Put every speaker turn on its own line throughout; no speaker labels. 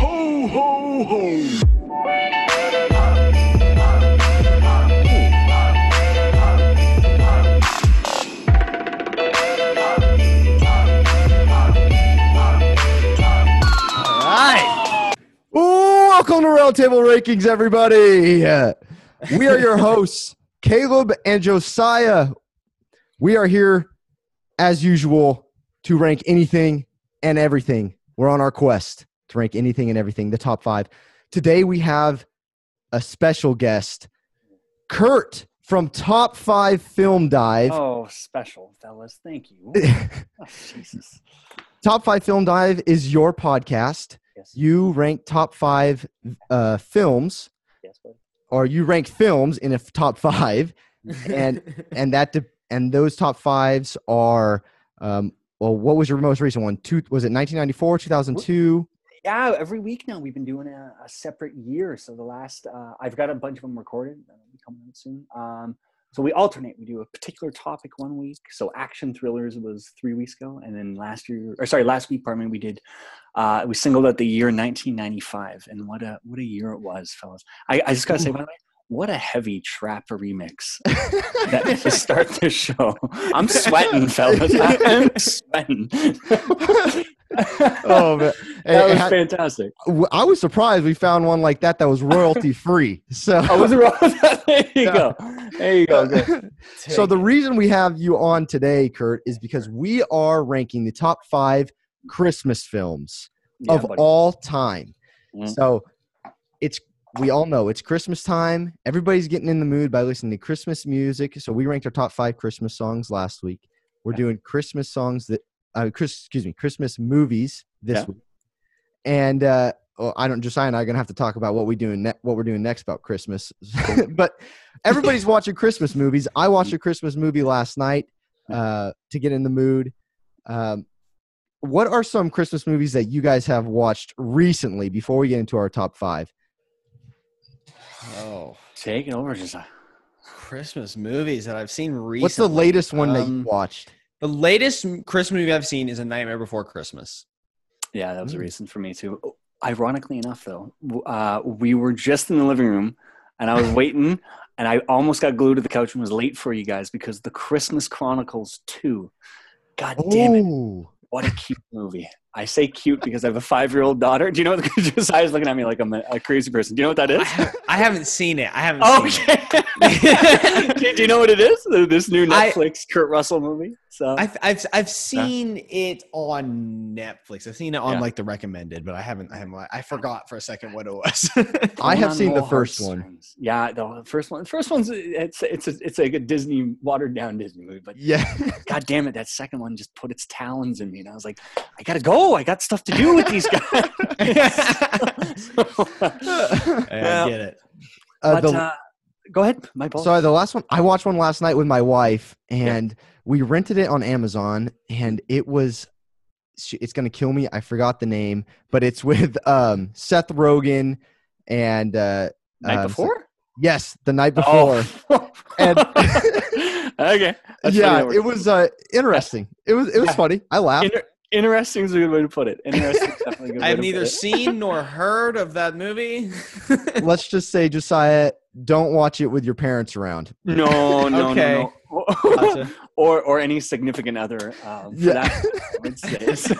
Ho, ho, ho. All right. Welcome to Round Table Rankings, everybody. Uh, We are your hosts, Caleb and Josiah. We are here, as usual, to rank anything and everything. We're on our quest to rank anything and everything, the top five. Today, we have a special guest, Kurt from Top 5 Film Dive.
Oh, special fellas, thank you. Oh, Jesus.
top 5 Film Dive is your podcast.
Yes.
You rank top five uh, films
Yes. bud.
or you rank films in a f- top five, and and that de- and those top fives are um, well, what was your most recent one? Two was it 1994, 2002?
Yeah, every week now we've been doing a, a separate year. So the last, uh, I've got a bunch of them recorded. That'll be coming out soon. Um, so we alternate. We do a particular topic one week. So action thrillers was three weeks ago, and then last year, or sorry, last week, pardon me, we did. Uh, we singled out the year 1995, and what a what a year it was, fellas. I, I just gotta say, by the way, what a heavy trap remix. that to start this show. I'm sweating, fellas. I'm sweating.
oh man,
that
It
was
had-
fantastic.
w- I was surprised we found one like that that was royalty free. So.
I was wrong. there you go. There you go. Good.
Uh, so the reason we have you on today, Kurt, is because we are ranking the top five Christmas films
Yeah,
of
buddy.
all time.
Mm.
So it's we all know it's Christmas time. Everybody's getting in the mood by listening to Christmas music. So we ranked our top five Christmas songs last week. We're
Yeah.
doing Christmas songs that uh, Chris, excuse me, Christmas movies this
Yeah.
week. And uh, well, I don't. Josiah and I are gonna have to talk about what we doing ne- what we're doing next about Christmas. but everybody's watching Christmas movies. I watched a Christmas movie last night uh, to get in the mood. Um, what are some Christmas movies that you guys have watched recently before we get into our top five?
Oh,
Take it over, Josiah.
Christmas movies that I've seen recently.
What's the latest one that you
Um,
watched?
The latest m- Christmas movie I've seen is A Nightmare Before Christmas.
Yeah, that was a
Mm.
reason for me too. Ironically enough, though, w- uh, we were just in the living room, and I was waiting, and I almost got glued to the couch and was late for you guys because the Christmas Chronicles Two. God damn it!
Oh,
what a cute movie. I say cute because I have a five year old daughter. Do you know what Josiah's looking at me like I'm a, a crazy person? Do you know what that
I,
is?
ha- I haven't seen it. I haven't
Oh,
seen it.
okay. do, do you know what it is? This new
I-
Netflix Kurt Russell movie. So
I've, I've, I've seen it on Netflix. I've seen it on
Yeah.
like the recommended, but I haven't, I haven't, I forgot for a second what it was.
I have
Pulling on
seen the
all
first one.
heartstrings. Yeah, the first one. The first one's it's it's a, it's like a Disney watered down Disney movie, but
Yeah.
god damn it, that second one just put its talons in me, and I was like, I gotta go. I got stuff to do with these guys.
Uh,
Yeah, I get it.
but,
the-
uh, go ahead, my boss.
sorry, the last one I watched one last night with my wife, and we rented it on Amazon, and it was. sh- It's gonna kill me. I forgot the name, but it's with um, Seth Rogen and uh,
Night
um,
before.
yes, the night before.
Oh.
And-
okay. That's funny
yeah,
that we're-
it was uh, interesting. It was it was
Yeah.
funny. I laughed.
Inter- interesting is a good way to put it. Interesting is definitely a good way
I have
to
neither
put it.
seen nor heard of that movie.
Let's just say, Josiah, don't watch it with your parents around.
No, no,
Okay.
no, no.
Gotcha.
or or any significant other. Um, for
Yeah.
that, I would say. So,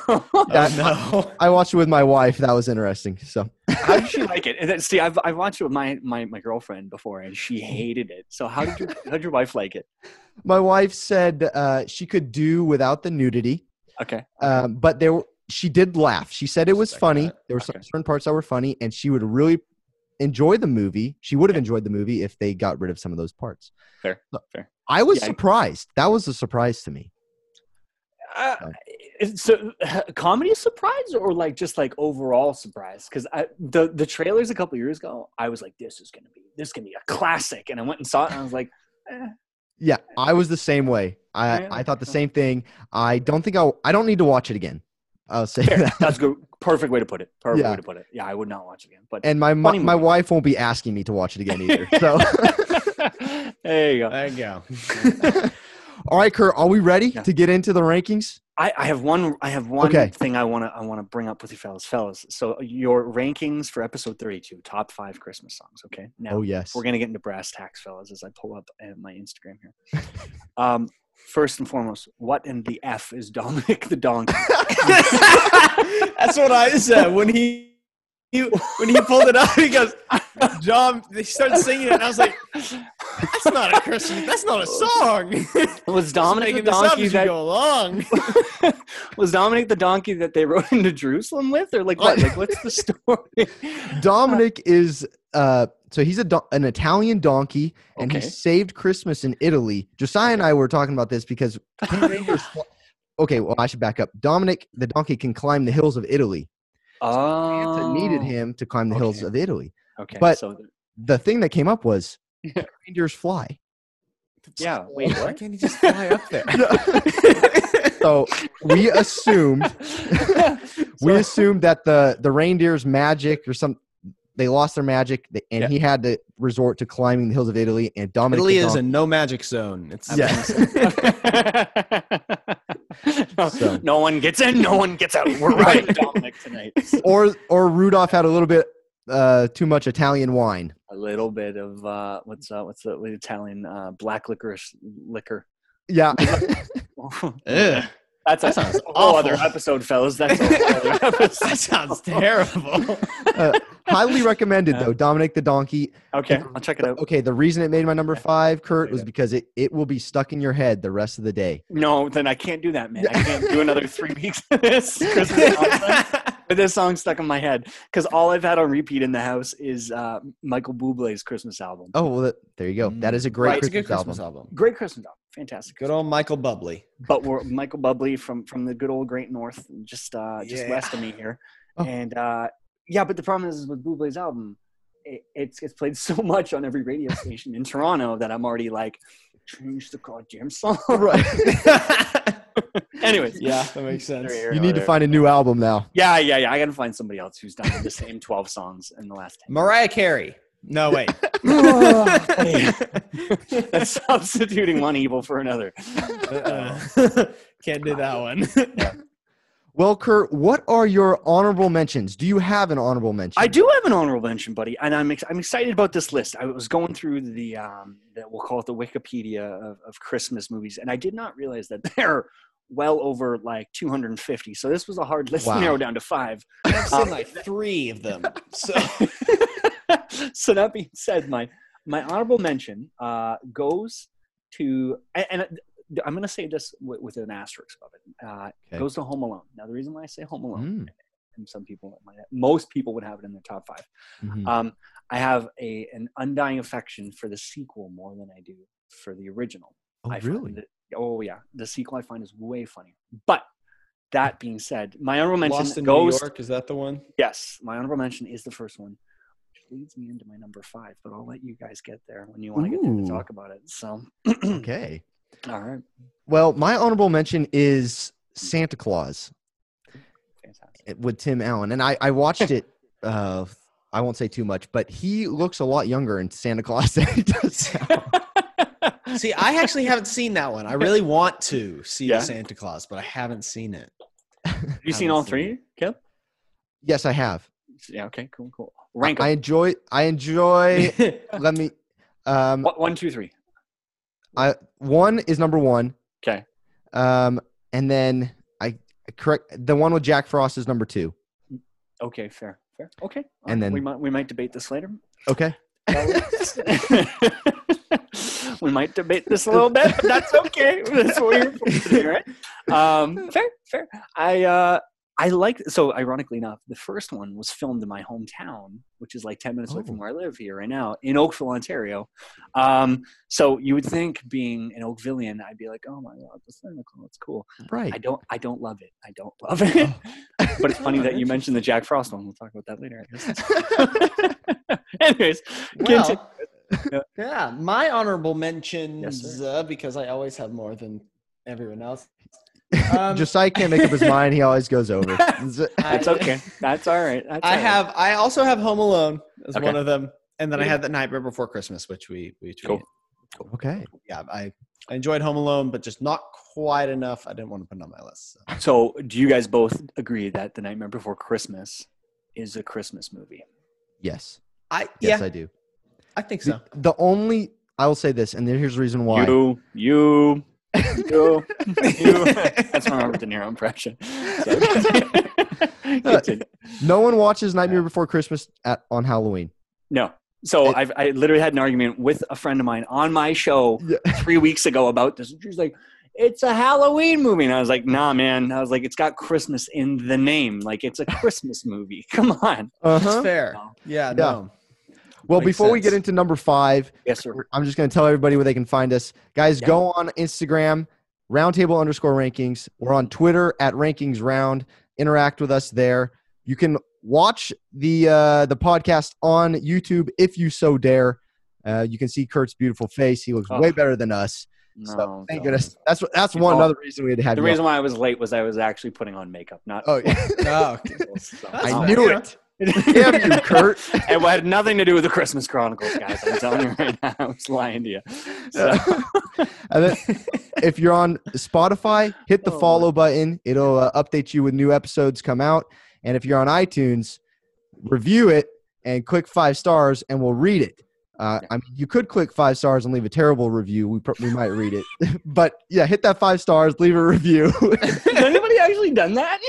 That-
oh,
I watched it with my wife. That was interesting. So
how did she like it? And then, see, I've, I've watched it with my, my, my girlfriend before, and she hated it. So how did your how did your wife like it?
my wife said uh, she could do without the nudity,
Okay.
um, but there she did laugh. She said it was
Respect
funny.
that.
There were some
Okay.
certain parts that were funny, and she would really enjoy the movie. She would have enjoyed the movie if they got rid of some of those parts.
Fair,
So,
fair.
I was
Yeah, I-
surprised. That was a surprise to me.
Uh,
No.
is- so comedy surprise or like just like overall surprise because i the the trailers a couple years ago i was like this is gonna be this is gonna be a classic and i went and saw it and i was like
Yeah, I was the same way. I,
Yeah.
I thought the same thing. I don't think I'll, I don't need to watch it again. I'll say
Fair.
that.
That's a good. Perfect way to put it. Perfect
Yeah.
way to put it. Yeah, I would not watch it again. But
and my mo-
Funny
my
movie.
wife won't be asking me to watch it again either. So,
there you go.
There you go.
all right, Kurt, are we ready
Yeah.
to get into the rankings?
I, I have one. I have one
Okay.
thing I want to. I want to bring up with you, fellas. Fellas. So your rankings for episode thirty-two, top five Christmas songs. Okay. Now
Oh yes.
we're gonna get into brass tacks, fellas, as I pull up uh, my Instagram here. um, first and foremost, what in the f is Dominic the Donkey?
That's what I said when he, he when he pulled it up. He goes, "John." He started singing it, and I was like, "That's not a Christian. That's not a song." Just
Was Dominic the
making this up
Donkey
as you
that
go along.
was Dominic the donkey that they rode into Jerusalem with, or like what? Like what's the story?
Dominic is uh so he's a do- an Italian donkey and
Okay.
he saved Christmas in Italy. Josiah and I were talking about this because Power Rangers fl- Okay, well I should back up. Dominic the donkey can climb the hills of Italy. Santa
oh,
needed him to climb the hills
okay.
of Italy.
Okay,
but-
so th-
The thing that came up was Power reindeers fly.
yeah, wait,
Why
what?
can't he just fly up there?
So we assumed we
So-
assumed that the the reindeer's magic or some they lost their magic th- and
Yeah.
he had to resort to climbing the hills of Italy and Dominic
Italy
the
is a
donkey-
no magic zone. It's
Yeah.
no,
So-
no one gets in, no one gets out. We're right, Dominic tonight.
or or Rudolph had a little bit uh, too much Italian wine.
A little bit of uh, what's uh, what's the the Italian uh, black licorice liquor.
Yeah,
Ugh,
That's a
That sounds
whole other
awful.
episode, fellas. That's a whole other episode.
that sounds terrible.
highly recommended though. Dominic the Donkey.
Okay, I'll check it out.
Okay, the reason it made my number five, Kurt,
Okay,
was
yeah.
because it, it will be stuck in your head the rest of the day.
No, then I can't do that, man. I can't do another three weeks of this Christmas song with this song stuck in my head because all I've had on repeat in the house is uh, Michael Bublé's Christmas album.
Oh well, that, there you go. That is a great
Right, it's a
Christmas,
good Christmas
album.
album.
Great Christmas album, fantastic.
Good old Michael Bubbly.
but we're Michael Bubbly from from the good old Great North, just uh, just
Yeah.
west of me here,
Oh.
and uh, yeah. But the problem is, is with Bublé's album, it, it's it's played so much on every radio station in Toronto that I'm already like, change the goddamn song.
Right.
Anyways,
Yeah, that makes sense.
There
You need to
There.
find a new album now.
Yeah, yeah, yeah. I gotta find somebody else who's done the same twelve songs in the last. 10
Mariah Carey. No, wait. Oh,
That's substituting one evil for another.
Uh-uh. Can't do that one.
Well, Kurt, what are your honorable mentions? Do you have an honorable mention?
I do have an honorable mention, buddy, and I'm ex- I'm excited about this list. I was going through the um, that we'll call it the Wikipedia of, of Christmas movies, and I did not realize that there are well over like 250. So this was a hard list
Wow.
to narrow down to five.
I've
seen,
seen like three of them. So
so that being said, my my honorable mention uh, goes to and, and uh, I'm going to say this with, with an asterisk above it. Uh,
Okay.
Goes to Home Alone. Now, the reason why I say Home Alone,
Mm,
and some people might, most people would have it in their top five.
mhm.
Um, I have a an undying affection for the sequel more than I do for the original.
oh,
I find
really?
that- oh yeah, the sequel I find is way funnier. But that being said, my honorable mention
Lost in
goes
New York. Is that the one?
Yes, my honorable mention is the first one, which leads me into my number five. But I'll let you guys get there when you want to get there
Ooh.
to talk about it. So,
Okay.
all right,
Well, my honorable mention is Santa Claus
fantastic.
with Tim Allen, and I, I watched it. Uh, I won't say too much, but he looks a lot younger in Santa Claus than he does. now.
See, I actually haven't seen that one. I really want to see
Yeah.
the Santa Claus, but I haven't seen it.
Have you seen all three, Kip?
yes, I have.
Yeah. Okay. Cool. Cool. Rank 'em.
I enjoy. I enjoy. let me. Um,
What- one, two, three.
one is number one.
Okay.
Um, and then I correct the one with Jack Frost is number two.
Okay. Fair. Fair. Okay. all
And
right, we
then-
might we might debate this later.
Okay.
we might debate this a little bit, but that's okay. That's what we're here for today, right? Um, fair, fair. I uh, I like so ironically enough, the first one was filmed in my hometown, which is like ten minutes away from
Oh.
where I live here right now in Oakville, Ontario. Um, so you would think being an Oakvillian, I'd be like, oh my god, this thing looks it's cool.
Right.
I don't, I don't love it. I don't love it. but it's funny
Oh,
that you mentioned the Jack Frost one. We'll talk about that later. I guess. Anyways, continue.
well, yeah, my honorable mentions
Yes,
uh, because I always have more than everyone else Um,
Josiah can't make up his mind. He always goes over. Is it-
I-
That's okay. That's all right. That's
I
all right.
have. I also have Home Alone as
Okay.
one of them, and then I
Yeah.
had The Nightmare Before Christmas, which we we
Cool.
tweeted.
okay.
Yeah, I, I enjoyed Home Alone, but just not quite enough. I didn't want to put it on my list. so.
So, do you guys both agree that The Nightmare Before Christmas is a Christmas movie?
Yes.
I
Yes,
yeah,
I do.
I, think
The,
so.
Uh-huh.
the only I will say this, and then here's the reason why.
You, you, you, you. That's my Robert De Niro impression. So, continue.
No one watches Nightmare Before Christmas at, on Halloween.
no. So
It-
I've, I literally had an argument with a friend of mine on my show
Yeah.
three weeks ago about this. And She's like, "It's a Halloween movie," and I was like, "Nah, man." I was like, "It's got Christmas in the name. Like, it's a Christmas movie. Come on."
Uh
That's
huh.
fair.
No.
Yeah,
Yeah.
no.
Well,
Makes
before we get
sense.
into number five,
Yes, sir.
I'm just going to tell everybody where they can find us. Guys,
Yeah.
go on Instagram, roundtable underscore rankings. We're on Twitter at rankings round. Interact with us there. You can watch the uh, the podcast on YouTube if you so dare. Uh, you can see Kurt's beautiful face. He looks
Oh.
way better than us.
No,
so thank
don't.
goodness. That's what- that's
You
one
know,
another reason we had to have
The
you.
reason why I was late was I was actually putting on makeup, not.
on. oh, yeah.
Oh, okay.
I
Oh,
knew
yeah.
it. Damn you, Kurt.
It had nothing to do with the Christmas Chronicles, guys. I'm telling you right now, I was lying to you. So,
And then, if you're on Spotify, hit the
Oh,
follow button. It'll uh, update you when new episodes come out. And if you're on iTunes, review it and click five stars, and we'll read it. Uh, I mean, you could click five stars and leave a terrible review. We, pro- we might read it. but yeah, hit that five stars, leave a review.
has anybody actually done that?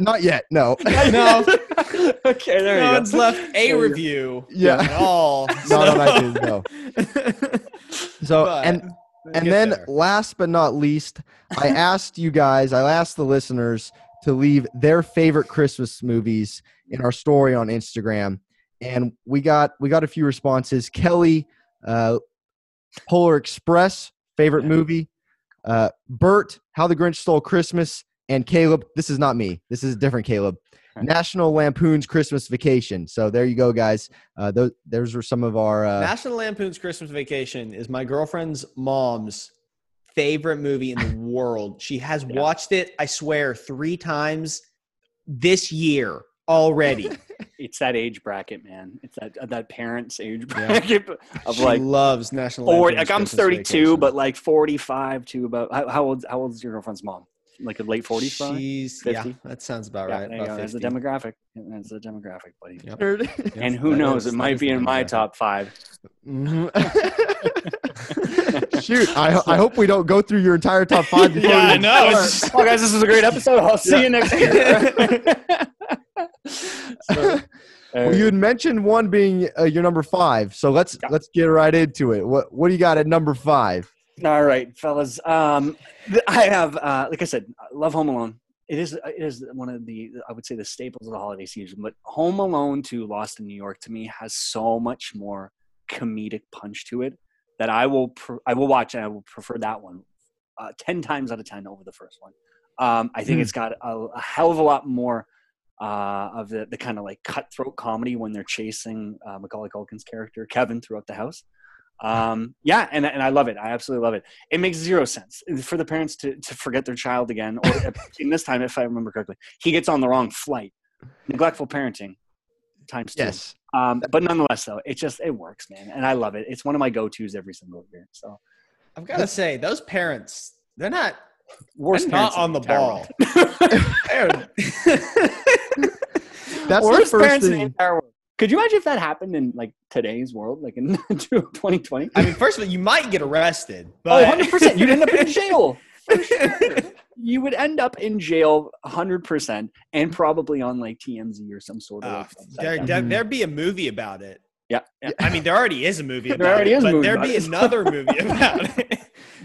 Not yet, no.
No.
okay, there
no
you go.
one's left a
There you go.
review.
Yeah.
at all.
Not on
so-
iTunes, no. So,
But
and
we'll
And
get
then,
there.
last but not least, I asked you guys, I asked the listeners to leave their favorite Christmas movies in our story on Instagram, and we got we got a few responses. Kelly, uh, Polar Express, favorite
Yeah.
movie. Uh, Bert, How the Grinch Stole Christmas, and Caleb. This is not me. This is a different Caleb.
Huh.
National Lampoon's Christmas Vacation. So there you go, guys. Uh, those those were some of our. Uh,
National Lampoon's Christmas Vacation is my girlfriend's mom's favorite movie in the world. She has
Yeah.
watched it, I swear, three times this year already.
It's that age bracket, man. It's that uh, that parents' age
Yeah.
bracket of
she
like.
loves National.
Or
Lampoon's
like I'm
Christmas
32,
Vacation.
but like 45 to about how, how old? How old is your girlfriend's mom? Like a late 40s, probably.
She's
50?
yeah, that sounds about
Yeah,
right.
there you
about
go. That's the
50.
demographic. That's the demographic, buddy.
Yep. Yes,
And who
that
knows?
is-
it
that
might
is
be
the
in my
demographic.
top five.
Shoot, I, I hope we don't go through your entire top five. Before
Yeah,
we
I
even
know.
start.
It's
Well, guys, this was a great episode. I'll see you next year. So,
Well, you had mentioned one being uh, your number five, so let's
Yeah.
let's get right into it. What what do you got at number five?
all right, fellas. Um, th- I have, uh, like I said, I love Home Alone. It is, it is one of the, I would say, the staples of the holiday season. But Home Alone to Lost in New York to me has so much more comedic punch to it that I will, pr- I will watch and I will prefer that one uh, ten times out of ten over the first one. Um, I think
Hmm.
it's got a, a hell of a lot more uh, of the, the kind of like cutthroat comedy when they're chasing uh, Macaulay Culkin's character Kevin throughout the house. Um, yeah, and and I love it. I absolutely love it. It makes zero sense uh, for the parents to to forget their child again, or uh, in this time, if I remember correctly, he gets on the wrong flight. Neglectful parenting times two.
Yes,
Um, but nonetheless, though, it just it works, man, and I love it. It's one of my go tos every single year. So
I've got to say, those parents, they're not, they're
worst
not
parents in
on the
entire world.
ball. They're-
that's the
Worst
first
parents in the
thing.
entire world. Could you imagine if that happened in like today's world, like in 2020?
I mean, first of all, you might get arrested.
Oh,
But
100%. You'd end up in jail. For sure. You would end up in jail 100% and probably on like TMZ or some sort of.
Ah,
Uh,
like,
there,
website.
there,
Mhm.
there'd be a movie about it.
yeah. yeah.
I mean, there already is a movie
There
about
already
it.
is a
but
movie
there'd
about
be
it.
another movie about it.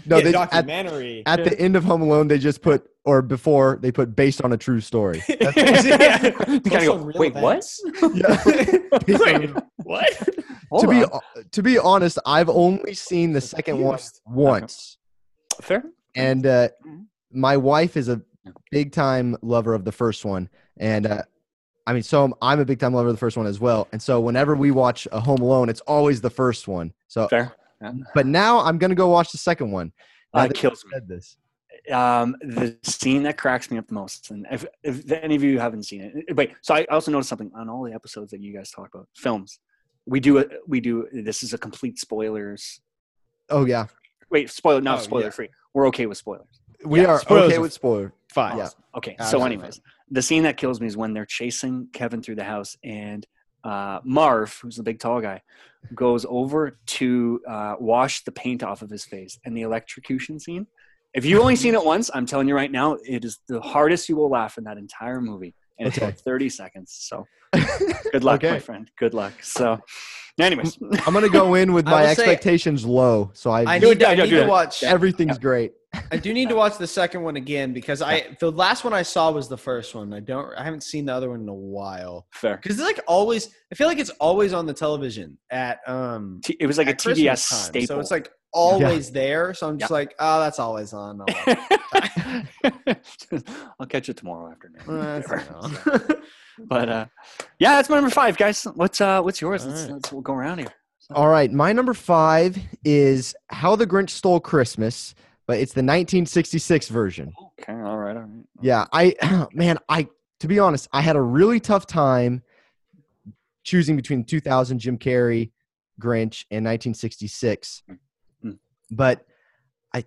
No,
Yeah,
they, at,
documentary.
at the end of Home Alone, they just put or before they put based on a true story.
Yeah.
You
Based
kinda go,
on real
wait, what?
events.
Yeah. Based on-
Wait, what?
to
Hold
be
on.
to be honest, I've only seen the second one
Confused.
once,
fair.
and uh,
Mm-hmm.
Mhm.
my wife is a
Yeah.
big time lover of the first one, and uh, I mean, so I'm, I'm a big time lover of the first one as well. And so whenever we watch a Home Alone, it's always the first one. So,
Fair. Yeah.
but now I'm gonna go watch the second one. Now
Uh,
that
kills
you
me.
said this.
um, the scene that cracks me up the most, and if, if any of you haven't seen it, uh, wait. So I also noticed something on all the episodes that you guys talk about films. We do a, we do this is a complete spoilers.
Oh yeah,
Wait, spoiler not
Oh,
spoiler
yeah.
free. We're okay with spoilers.
we
Yeah,
are
spoilers
okay
are-
with spoiler.
Fine.
Yeah.
Okay, so
Absolutely.
anyways, the scene that kills me is when they're chasing Kevin through the house, and uh, Marv, who's the big tall guy, goes over to uh, wash the paint off of his face, and the electrocution scene. If you've only seen it once, I'm telling you right now, it is the hardest you will laugh in that entire movie, and it's
Okay.
like 30 seconds. So, good luck, my
Okay.
friend. Good luck. So, anyways,
I'm gonna go in with
I
my
will say-
expectations low, so I,
I
Do it,
need,
do it,
I
do it,
need
do
to
it.
watch.
everything's great.
I do need to watch the second one again because I the last one I saw was the first one. I don't. I haven't seen the other one in a while
fair.
because it's like always. I feel like it's always on the television at um
T- It was like
at
a
Christmas
TBS
time.
staple.
So it's like always there. So I'm just
Yeah.
like, oh, that's always on. I'll watch
I'll catch it tomorrow afternoon.
it." Uh, that's
Whatever.
not-
But uh, yeah, that's my number five, guys. What's uh, what's yours?
All
Let's,
right.
let's we'll go around here.
All right, my number five is How the Grinch Stole Christmas, but it's the 1966 version.
Okay, all right, all right.
Yeah, I man, I to be honest, I had a really tough time choosing between 2000 Jim Carrey, Grinch, and 1966.
Mm-hmm.
Mm.
But I,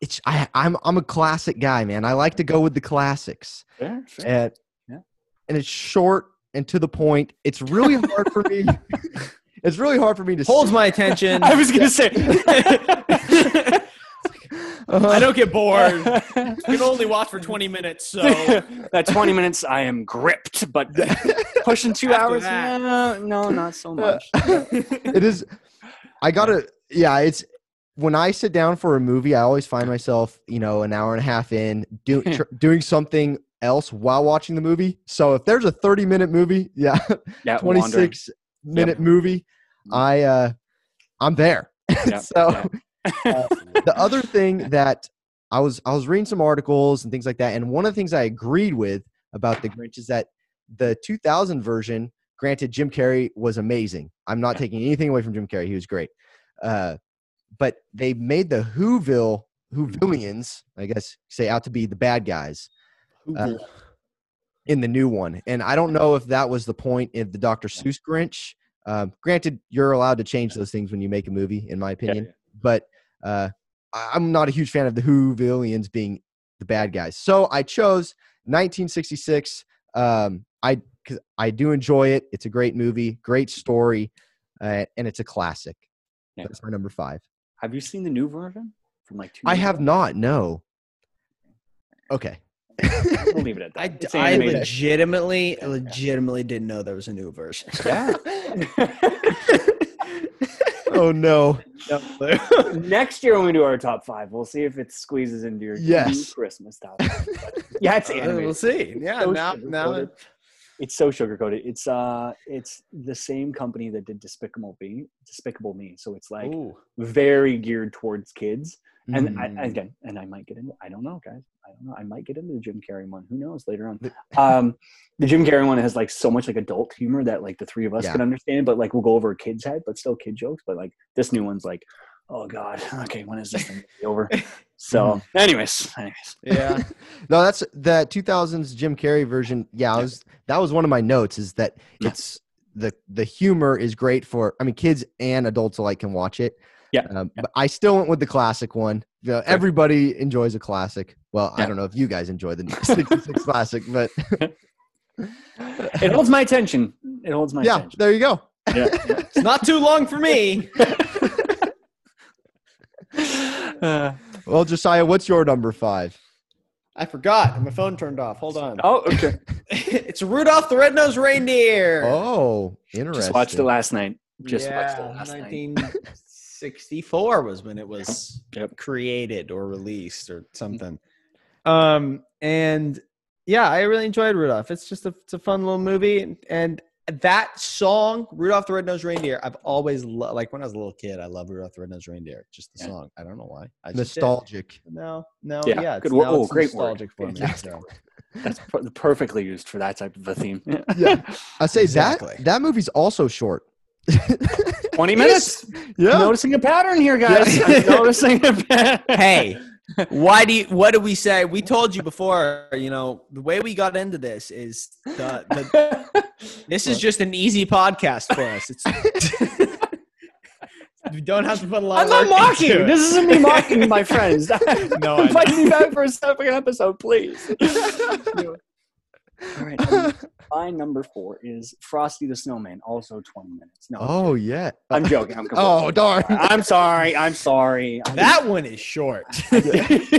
it's I, I'm I'm a classic guy, man. I like to go with the classics,
Fair, fair.
and
Yeah.
and it's short and to the point. It's really hard for me. It's really hard for me to
Holds my attention.
I was gonna say.
Uh-huh.
I don't get bored. You can only watch for 20 minutes, so
that 20 minutes, I am gripped, but
Uh-huh.
pushing two
After
hours,
that.
no, no, not so much.
it is i gotta yeah it's when i sit down for a movie i always find myself you know an hour and a half in do, tr- doing something else while watching the movie so if there's a 30 minute movie yeah
Yeah, wandering.
26 minute movie i uh i'm there
Yeah,
so uh,
yeah.
the other thing that I was I was reading some articles and things like that, and one of the things I agreed with about the Grinch is that the 2000 version, granted, Jim Carrey was amazing. I'm not
Yeah.
taking anything away from Jim Carrey; he was great. Uh, but they made the Whoville Whovillians, I guess, you say out to be the bad guys uh, in the new one, and I don't know if that was the point of the Dr. Seuss Grinch. Um, granted, you're allowed to change those things when you make a movie, in my opinion but uh, I- I'm not a huge fan of the Who villains being the bad guys. So I chose 1966. Um, I cause I do enjoy it. It's a great movie, great story, uh, and it's a classic.
Yeah.
That's my number five.
Have you seen the new version from like two?
I
years
have
ago?
not. No. Okay.
We'll leave it at that.
I, d-
It's
I
animated.
legitimately,
Yeah.
legitimately didn't know there was a new version.
oh no.
Next year when we do our top five, we'll see if it squeezes into your
Yes.
new Christmas top. five. yeah, it's
Uh,
animated.
we'll see. Yeah,
so
now, now,
sugar-coated. It's so sugar coated. It's uh, it's the same company that did Despicable Me. Despicable Me. So it's like
Ooh.
very geared towards kids. And
Hmm.
I,
Mm.
again, and I might get into. I don't know, guys. I don't know. I might get into the Jim Carrey one. Who knows later on? Um, the Jim Carrey one has like so much like adult humor that like the three of us
Yeah.
can understand, but like we'll go over a kid's head, but still kid jokes. But like this new one's like, oh god, okay, when is this thing gonna be over? So,
Hmm.
anyways, anyways,
yeah,
No, that's the 2000s Jim Carrey version. Yeah, I was that was one of my notes is that
Yeah.
it's the the humor is great for I mean kids and adults alike can watch it.
Yeah,
Um,
yeah.
But I still went with the classic one. You know, everybody enjoys a classic. Well, I
Yeah.
don't know if you guys enjoy the 66 classic, but
it holds my attention. It holds my
yeah,
attention.
there you go.
Yeah.
it's not too long for me.
Uh,
Well, Josiah, what's your number five?
I forgot. My phone turned off. Hold on.
oh, okay.
it's Rudolph the Red-Nosed Reindeer.
Oh, interesting.
Just watched it last night. Just watched it
yeah,
last night.
1964 was when it was
Yep. Mm-hmm.
created or released or something. Um, and yeah, I really enjoyed Rudolph. It's just a, it's a fun little movie, and, and that song, Rudolph the Red-Nosed Reindeer, I've always lo- like when I was a little kid, I loved Rudolph the Red-Nosed Reindeer. Just the
Yeah.
song. I don't know why. I just did.
Nostalgic.
No, no,
Yeah,
yeah, it's,
good wo-
now
oh,
it's
great word.
nostalgic for me.
Fantastic
so.
That's per- perfectly used for that type of a theme.
Yeah. I say
Exactly.
that that movie's also short.
20 minutes.
Yeah.
Noticing a pattern here, guys.
Yeah.
I'm noticing a pattern.
Hey, Why do you, what do we say? We told you before, you know, the way we got into this is the, the this is just an easy podcast for us. It's we don't have to put a lot
I'm not
of work
mocking.
into it.
This isn't me mocking my friends.
No, I
invite me back for a second episode, please. All right. um, my number four is Frosty the Snowman, also 20 minutes. No,
Oh yeah.
I'm joking. I'm completely
Oh darn.
I'm sorry. I'm sorry. I-
that one is short. that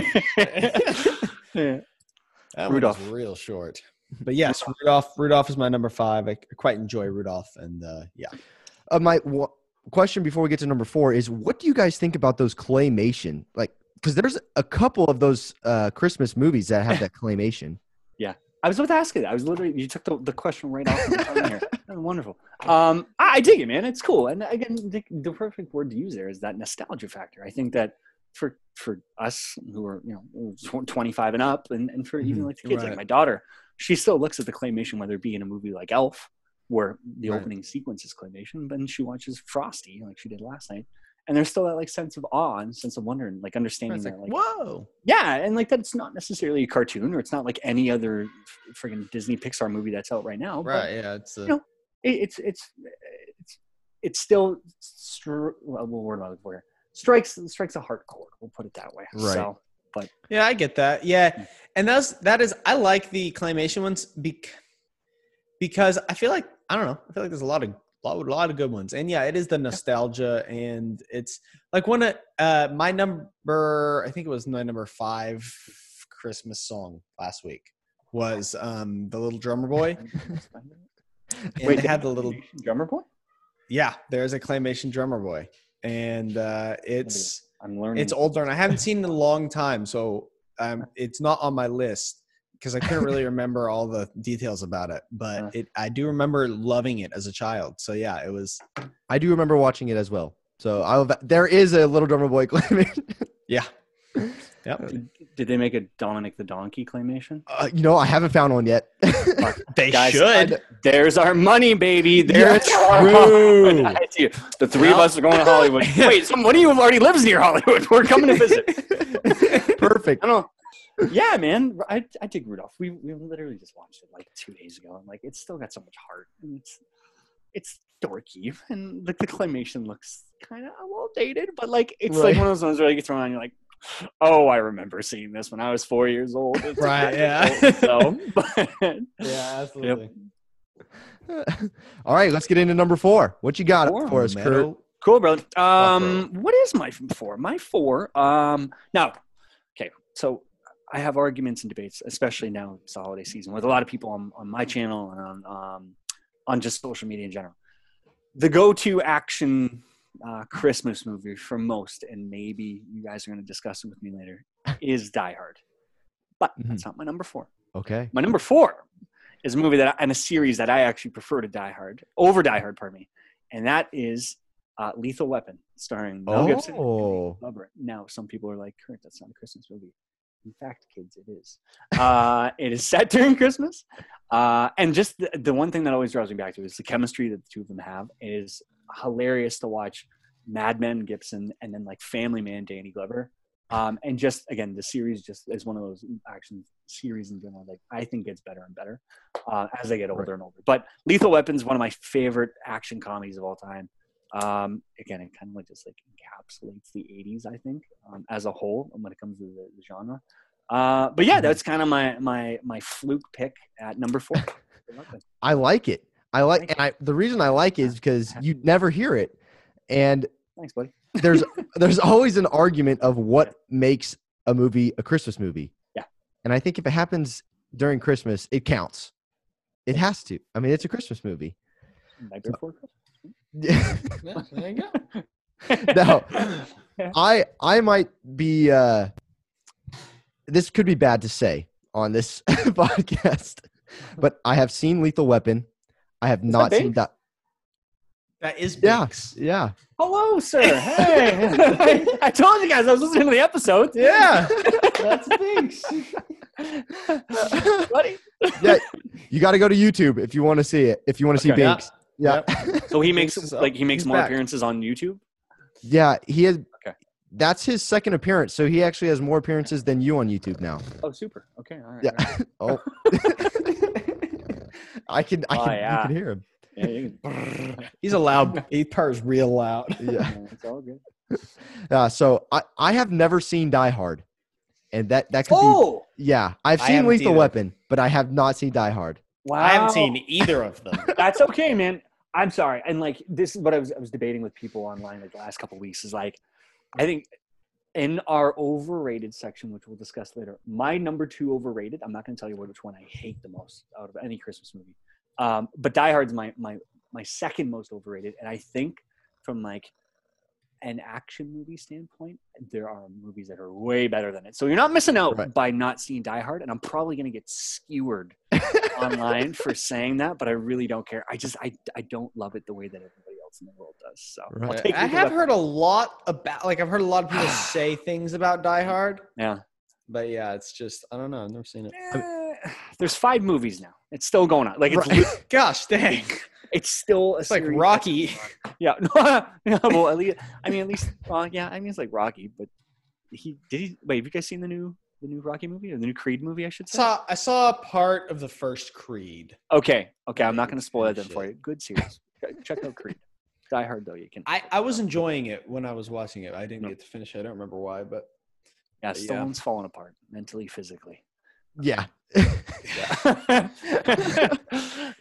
one
Rudolph.
is real short. But yes, Rudolph. Rudolph is my number five. I quite enjoy Rudolph, and uh, yeah,
Uh, my w- question before we get to number four is, what do you guys think about those claymation? Like, because there's a couple of those uh, Christmas movies that have that claymation.
I was about to ask it. I was literally you took the, the question right off my tongue here. That was wonderful. Um, I, I dig it, man. It's cool. And again, the, the perfect word to use there is that nostalgia factor. I think that for for us who are you know tw- 25 and up, and, and for even
Mhm.
like the kids, like
Right.
my daughter, she still looks at the claymation, whether it be in a movie like Elf, where the
Right.
opening sequence is claymation, but then she watches Frosty, like she did last night. And there's still that like sense of awe and sense of wonder and like understanding
It's like,
that like
whoa.
yeah, and like that's not necessarily a cartoon, or it's not like any other f- friggin' Disney Pixar movie that's out right now.
Right, yeah, it's a,
You know, But it, it's it's it's it's still str- well, what word am I looking for? here? Strikes strikes a hard chord. We'll put it that way.
Right.
So,
yeah, I get that. Yeah, and that's that is I like the claymation ones bec- because I feel like I don't know. I feel like there's a lot of lot, lot of good ones, and yeah, it is the nostalgia, and it's like one of uh, my number. I think it was my number five Christmas song last week was um the little drummer boy. And
Wait,
they had the little
drummer boy.
yeah. There's a claymation drummer boy, and uh, it's.
I'm learning.
It's older, and I haven't seen it in a long time, so um, it's not on my list because I couldn't really remember all the details about it.
Uh.
But it, I do remember loving it as a child. So yeah, it was.
I do remember watching it as well. So I'll, there is a Little Drummer Boy claymation.
Yeah. Yep.
Did they make a Dominic the Donkey claymation?
Uh, you know, I haven't found one yet.
They
Guys, There's our money, baby. There's
Yeah,
true.
our idea. The three of
Well-
us are going to Hollywood. Wait, some one of you already lives near Hollywood. We're coming to visit.
Perfect.
I don't. Yeah, man, I I dig Rudolph. We we literally just watched it like two days ago, and like it's still got so much heart, and it's it's dorky, and like the claymation looks kind of a little dated, but like it's
Right.
like one of those ones where you get thrown on, and you're like, oh, I remember seeing this when I was four years old. It's
Right,
incredible. So, but
yeah,
absolutely.
All right, let's get into number four. What you got
Four.
for us, Kurt?
Cool, brother. Um, what is my f- four? My four. Um, now, okay. So I have arguments and debates, especially now it's the holiday season, with a lot of people on, on my channel and on um, on just social media in general. The go-to action uh, Christmas movie for most, and maybe you guys are going to discuss it with me later, is Die Hard. But that's not my number four.
Okay.
My number four is a movie that and a series that I actually prefer to Die Hard over Die Hard, pardon me, and that is uh, Lethal Weapon, starring Mel Gibson. and
Oh.
Danny Glover. Now, some people are like, "Kurt, that's not a Christmas movie." In fact, kids, it is. Uh, it is set during Christmas, uh, and just the, the one thing that always draws me back to is the chemistry that the two of them have It is hilarious to watch. Mad Men Gibson, and then like Family Man Danny Glover. Um, and just again, the series just is one of those action series in general. Like I think gets better and better uh, as I get older and older. But Lethal Weapon's one of my favorite action comedies of all time. Um, again, it kind of like just like encapsulates the '80s, I think, um, as a whole when it comes to the, the genre. Uh, but yeah,
Mhm.
that's kind of my my my fluke pick at number four.
I like it. I like,
Thank
and I the reason I like it is because you never hear it, and
Thanks, buddy.
there's there's always an argument of what makes a movie a Christmas movie.
Yeah.
And I think if it happens during Christmas, it counts. It has to. I mean, it's a Christmas movie.
Night before
there you go.
Christmas.
no, I I might be. Uh, this could be bad to say on this podcast, but I have seen Lethal Weapon. I have not seen
Banks?
that.
That is
Yeah.
Binks.
Yeah.
Hello, sir. Hey, I told you guys I was listening to the episode.
Yeah, that's Binks.
buddy.
yeah, you got to go to YouTube if you want to see it. If you want to
Okay.
see
Yeah.
Banks, yeah,
So he
Binks
makes
is up.
like he makes
He's
more
back.
appearances on YouTube.
yeah, he has.
Okay.
that's his second appearance. So he actually has more appearances than you on YouTube now.
Oh, super. Okay. All right.
Yeah.
all right.
Oh, I can, I
Oh,
can, you
yeah.
can hear him.
Yeah, you can-
He's a loud. He purrs real loud.
Yeah.
yeah, it's all good.
Uh, so I, I have never seen Die Hard, and that that could
Oh,
be yeah. I've
I
seen
haven't
Lethal
either.
Weapon, but I have not seen Die Hard.
wow.
I haven't seen either of them.
That's okay, man. I'm sorry. And like this is what I was I was debating with people online like the last couple weeks is like I think in our overrated section, which we'll discuss later, my number two overrated, I'm not gonna tell you which one I hate the most out of any Christmas movie. Um, but Die Hard's my my my second most overrated, and I think from like an action movie standpoint, there are movies that are way better than it. So you're not missing out
Right.
by not seeing Die Hard, and I'm probably gonna get skewered online for saying that, but I really don't care. I just I, I don't love it the way that everybody else in the world does. So I'll
Right.
take
I
it
have
with-
heard a lot about, like, I've heard a lot of people say things about Die Hard.
Yeah.
But yeah, it's just, I don't know. I've never seen it.
Eh, There's five movies now. It's still going on. Like it's
Right.
Gosh dang.
it's still a
It's like
series.
Rocky.
Yeah. No, yeah, well, at least I mean at least well, yeah. I mean it's like Rocky, but he did he wait. Have you guys seen the new the new Rocky movie or the new Creed movie? I should
I
say.
saw, I saw a part of the first Creed.
okay. Okay. I'm
Yeah,
not
you
going to spoil it then
finish
for
it.
you. Good series. Check- Check out Creed. Die Hard though you can.
I, I was enjoying it when I was watching it. I didn't
No.
get to finish it. I don't remember why, but
yeah.
yeah.
Stallone's falling apart mentally, physically.
Yeah,
uh,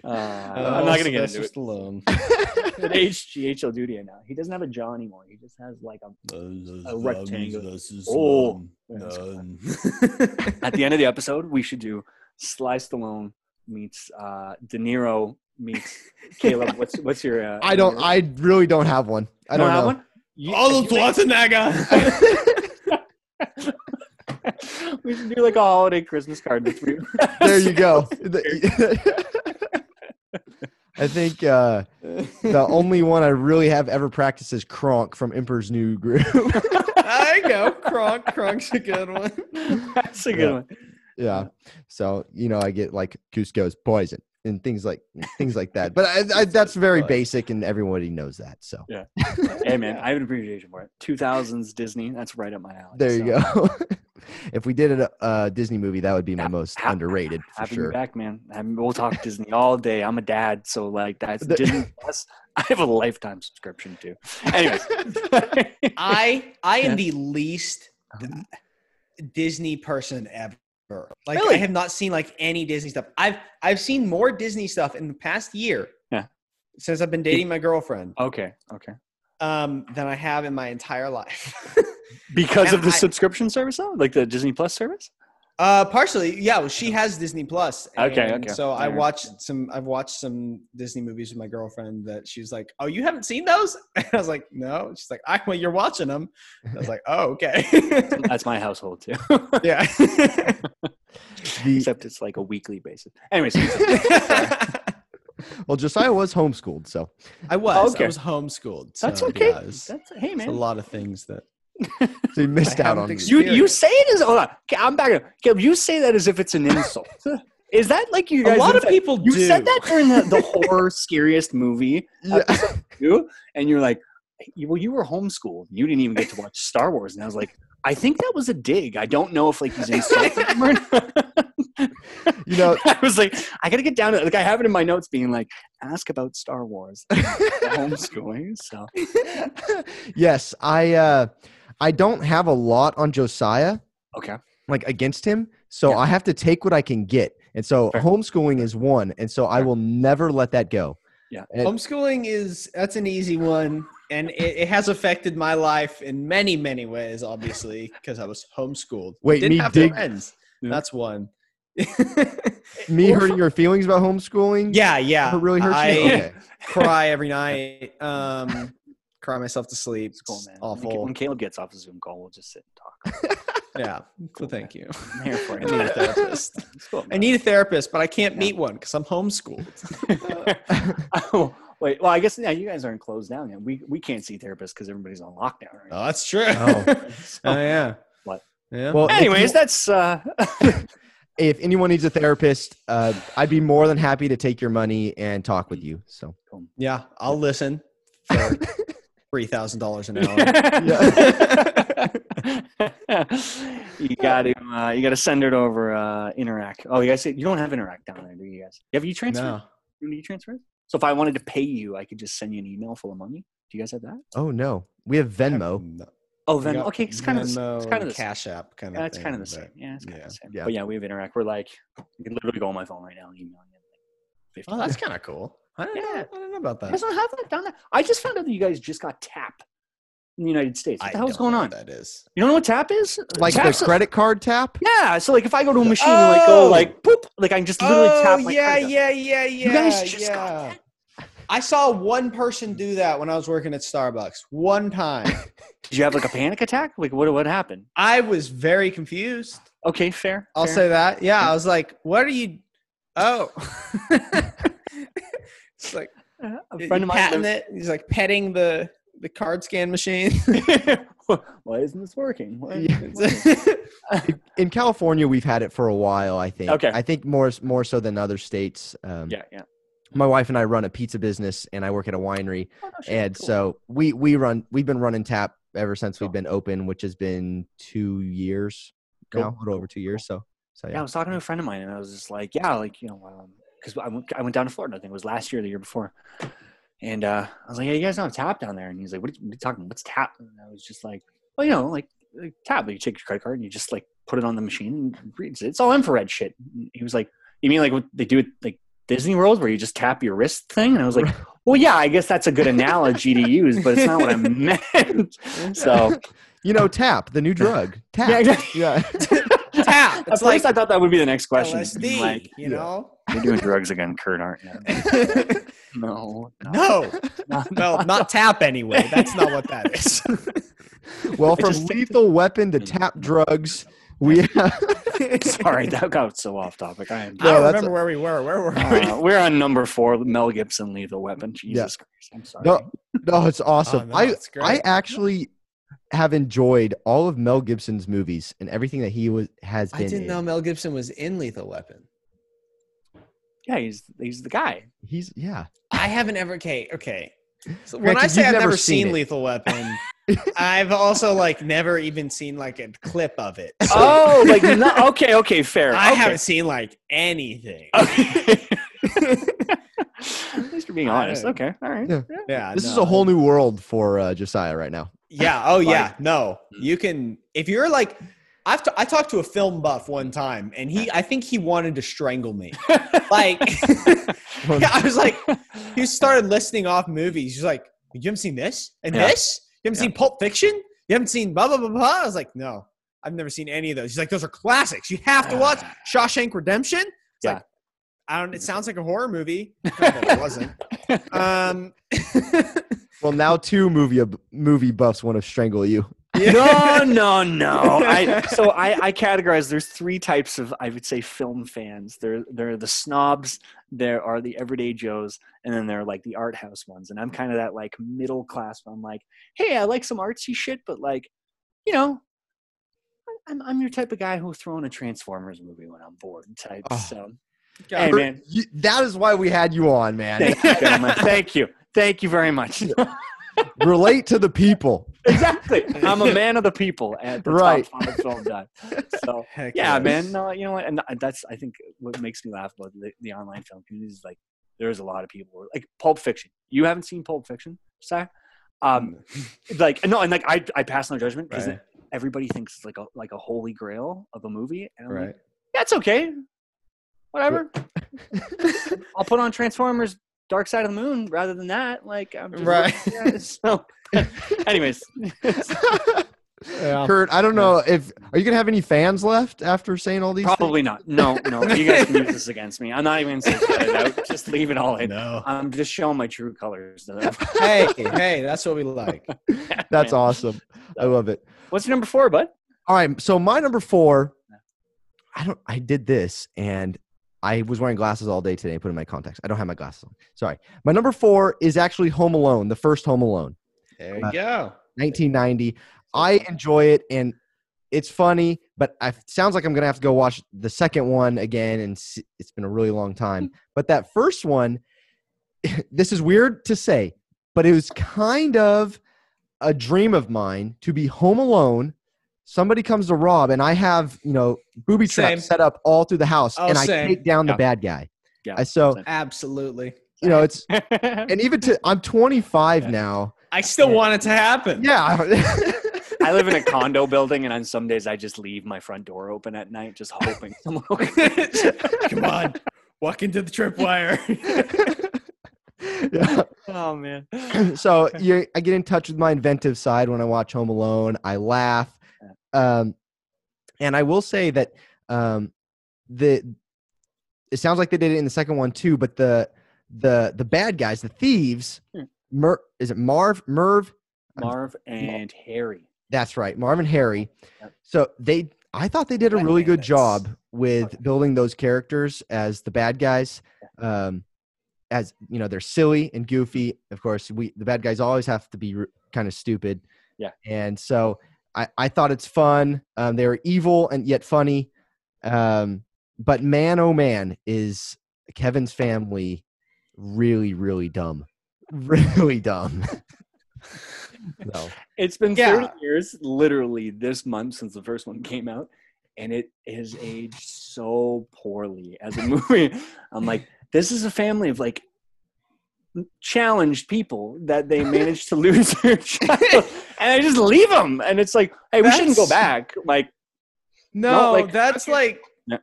Oh,
I'm not gonna get into it.
Stallone.
At HGH will do to you now. He doesn't have a jaw anymore. He just has like a. A rectangle. Oh. At the end of the episode, we should do Sly Stallone meets uh, De Niro meets Caleb. What's what's your? Uh,
I don't.
your-
I really don't have one. I don't, know.
one. You-
Arnold Schwarzenegger.
we should do like a holiday Christmas card. The three.
There you go. The- I think uh, the only one I really have ever practiced is Kronk from Emperor's New Groove.
I go. Kronk. Kronk's a good one.
That's a good
Yeah.
one.
yeah. So you know, I get like Cusco's poison and things like things like that. But I, I, that's very
Poison.
basic, and everybody knows that. So
Hey man, I have an appreciation for it. 2000s Disney. That's right up my alley.
there
so.
you go. if we did a uh, Disney movie, that would be my most
ha-
underrated for
Having
sure.
you back, man. I mean, we'll talk Disney all day. I'm a dad, so like that's
The-
Disney Plus. I have a lifetime subscription too. Anyways,
I I am
Yeah. Uh-huh.
the least Disney person ever. Like
Really?
I have not seen like any Disney stuff. I've I've seen more Disney stuff in the past year.
Yeah.
Since I've been dating my girlfriend,
okay, okay.
um, than I have in my entire life.
Because of the
I-
subscription service, though, like the Disney Plus service.
uh, partially, yeah. well, she has Disney Plus.
Okay,
and
okay.
So I
Fair.
watched some. I've watched some Disney movies with my girlfriend that she's like, "Oh, you haven't seen those?" And I was like, "No." She's like, "I well, you're watching them." And I was like, "Oh, okay."
That's my household too,
yeah.
The-
except it's like a weekly basis. Anyways,
well, Josiah was homeschooled, so
I was.
Okay.
I was homeschooled. So
that's okay.
yeah, it was-
That's hey
it's a
man.
lot of things that
so he missed
I
out
haven't
on.
ex-
You you
serious.
say it as hold on. Okay, I'm back up. Caleb, you say that as if it's an insult. Is that like you guys?
a lot of
it's like-
people
You
do.
said that during the, the horror scariest movie
Yeah.
too, and you're like, "You- well, you were homeschooled. You didn't even get to watch Star Wars, and I was like, I think that was a dig. I don't know if like he's insulting him or not.
you know,
I was like, I gotta get down to it. Like I have it in my notes, being like, ask about Star Wars The homeschooling. So
yes, I uh, I don't have a lot on Josiah.
okay,
like against him. So
Yeah.
I have to take what I can get. And so
Fair.
homeschooling is one. And so I
Fair.
will never let that go.
Homeschooling is that's an easy one, and it, it has affected my life in many, many ways. Obviously, because I was homeschooled.
Wait,
didn't
me
have
dig-
friends.
Yeah.
That's one.
Me
Well,
hurting your feelings about homeschooling?
yeah, yeah.
It really hurts
I
you? Okay.
cry every night. Um, cry myself to sleep.
it's cool,
It's
man.
Awful.
When Caleb gets off a Zoom call, we'll just sit and talk.
yeah.
Cool,
Well, thank you.
I'm here for
I need a
you.
therapist.
It's cool,
I
man.
need a therapist, but I can't
Yeah.
meet one because I'm homeschooled.
oh, wait. Well, I guess now you guys aren't closed down yet. We we can't see therapists because everybody's on lockdown right
Oh, that's true.
Oh.
Oh, yeah.
What?
Yeah.
Well,
Anyways,
if,
that's uh,
you- if anyone needs a therapist, uh, I'd be more than happy to take your money and talk with you. So
yeah, I'll listen for three thousand dollars an hour.
you got to uh, you got to send it over uh, Interact. Oh, you guys, you don't have Interact down there, do you guys? Have you transferred?
no,
Do you transfer? So if I wanted to pay you, I could just send you an email full of money. Do you guys have that?
Oh no, we have Venmo.
Oh,
We
then
got
okay, it's kind of the, s-
Venmo
it's kind of
and
the same.
Cash App kind
Yeah,
of.
it's kind of the
thing,
same.
but-
Yeah, it's kind
yeah.
of the same.
Yeah.
But yeah, we have Interact. We're like, you can literally go on my phone right now and email you. Like 50
Oh, that's kind of cool. I don't,
Yeah.
know, I don't know about
You
that.
guys don't have that down there. I just found out that you guys just got TAP in the United States. What
I
the hell's
don't
going
know
on?
what That is.
You don't know what TAP is?
Like
Tap's
the credit card tap.
Yeah, so like if I go to a machine and like go
Oh!
like boop, like I can just literally tap my credit card.
yeah, yeah.
You guys just got that?
I saw one person do that when I was working at Starbucks. One time,
Did you have like a panic attack? Like what what happened?
I was very confused.
Okay, fair.
I'll
fair.
say that. Yeah, I was like, "What are you?" Oh, it's like
Uh, a
you
friend of mine
patting
lives,
it. He's like petting the the card scan machine.
Why isn't this working? Why-
Yeah.
It's-
In California, we've had it for a while. I think.
Okay.
I think more more so than other states. Um,
yeah, yeah.
My wife and I run a pizza business, and I work at a winery.
Oh, no, shit,
And
cool. Oh.
so we we run we've been running tap ever since
Cool.
we've been open, which has been two years
Cool,
now, a little over two years. So so
Yeah, I
yeah.
was talking to a friend of mine, and I was just like, yeah, like you know, because I went I went down to Florida. I think it was last year, or the year before, and uh, I was like, yeah, you guys don't have tap down there, and he's like, what are you, what are you talking? What's tap? And I was just like, well, you know, like, like tap. You take your credit card and you just like put it on the machine and reads it. It's all infrared shit. And he was like, you mean like what they do at like Disney World where you just tap your wrist thing? And I was like, well, yeah, I guess that's a good analogy to use, but it's not what I meant. So
You know, tap the new drug. Tap.
yeah, exactly.
Yeah.
At
Tap. It's like
first, I thought that would be the next question.
LSD.
Like,
you know.
You're doing drugs again, Kurt, aren't you? No.
no.
not-
Well, not tap anyway. That's not what that is.
Well,
I
from
just- Mm.
lethal weapon to tap drugs, we have,
Sorry, that got so off topic. I am.
No,
I don't
that's-
remember where we were. Where were we?
Uh, we're on number four, Mel Gibson, Lethal Weapon. Jesus Christ, I'm sorry.
no, no, it's awesome.
Oh, no,
I
it's
I
great.
actually have enjoyed all of Mel Gibson's movies and everything that he was has
I
been.
didn't
in.
know Mel Gibson was in Lethal Weapon.
Yeah, he's he's the guy.
He's yeah.
I haven't ever. Okay, okay. So when
Granted,
I say
you've
I've
never
never
seen
seen,
it.
Lethal Weapon, I've also like never even seen like a clip of it. So
Oh, like no, okay, okay, fair.
I
okay.
haven't seen like anything.
Okay. At least you're being honest.
I-
Okay, all right.
Yeah.
Yeah,
This is
no.
a whole new world for uh, Josiah right now.
Yeah. Oh, yeah.
Like- Hmm.
No, you can if you're like. I've t- I talked to a film buff one time, and he I think he wanted to strangle me. Like, yeah, I was like, he started listing off movies. He's like, "You haven't seen this and
Yeah.
this. You haven't
Yeah.
seen Pulp Fiction. You haven't seen blah blah blah blah." I was like, "No, I've never seen any of those." He's like, "Those are classics. You have to watch Shawshank Redemption." It's
Ah. Yeah.
like, I don't. It sounds like a horror movie. Not that it wasn't. Um,
Well, now two movie movie buffs want to strangle you.
no, no, no. I, so I, I categorize. There's three types of I would say film fans. There, there are the snobs. There are the everyday Joes, and then there are like the art house ones. And I'm kind of that like middle class. Where I'm like, hey, I like some artsy shit, but like, you know, I- I'm I'm your type of guy who'll throw in a Transformers movie when I'm bored. Type.
Oh.
So hey,
Kurt,
man,
you- that is why we had you on, man.
thank you, gentlemen. thank you, thank you very much.
Relate to the people.
exactly. I'm a man of the people at the
Right.
top five film done. So.
heck
yeah
yes.
man no you know what and th- that's i think what makes me laugh about the, the online film community is like there's a lot of people who are- like pulp fiction you haven't seen pulp fiction Sai? um like no and like i i pass no judgment because
Right.
everybody thinks it's like a like a holy grail of a movie and I'm
Right.
like, that's okay whatever i'll put on transformers dark side of the moon rather than that like I'm just
Right.
yeah, so anyways
Yeah.
Kurt, I don't know if are you gonna have any fans left after saying all these. things?
Probably not. No, no. You guys can use this against me. I'm not even going to say it out. Just leave it all in.
No.
I'm just showing my true colors.
hey, hey, that's what we like.
That's awesome. I love it.
What's your number four, bud?
All right. So my number four, I don't. I did this, and I was wearing glasses all day today. and Put in my contacts. I don't have my glasses on. Sorry. My number four is actually Home Alone, the first Home Alone,
There you go.
1990. I enjoy it, and it's funny. But I sounds like I'm gonna have to go watch the second one again, and see, it's been a really long time. But that first one, this is weird to say, but it was kind of a dream of mine to be home alone. Somebody comes to rob, and I have you know booby
Same.
traps set up all through the house,
Oh,
and I
same.
take down the
Yeah.
bad guy.
Yeah,
I, so
same.
Absolutely.
you know it's
I
and even to I'm 25
Yeah.
now.
I still want it to happen.
Yeah,
live in a condo building, and on some days I just leave my front door open at night, just hoping someone will
Come on. Walk into the tripwire.
yeah.
oh man.
so you, I get in touch with my inventive side when I watch Home Alone. I laugh, um, and I will say that um, the it sounds like they did it in the second one too. But the the the bad guys, the thieves,
Hmm.
Mer, is it Marv? Merv?
Marv and Harry.
That's right, Marv and Harry.
Yep.
So they, I thought they did a
Bad
really good
bandits.
job with
Okay.
building those characters as the bad guys. Um, as you know, they're silly and goofy. Of course, we the bad guys always have to be kind of stupid.
Yeah.
And so I, I thought it's fun. Um, they were evil and yet funny. Um, but man, oh man, is Kevin's family really, really dumb. Really dumb. so.
It's been
Yeah.
30 years, literally this month since the first one came out, and it has aged so poorly as a movie. I'm like, this is a family of like challenged people that they managed to lose their child, and I just leave them, and it's like, hey, we shouldn't go back. Like,
No,
like-
that's like
Yeah.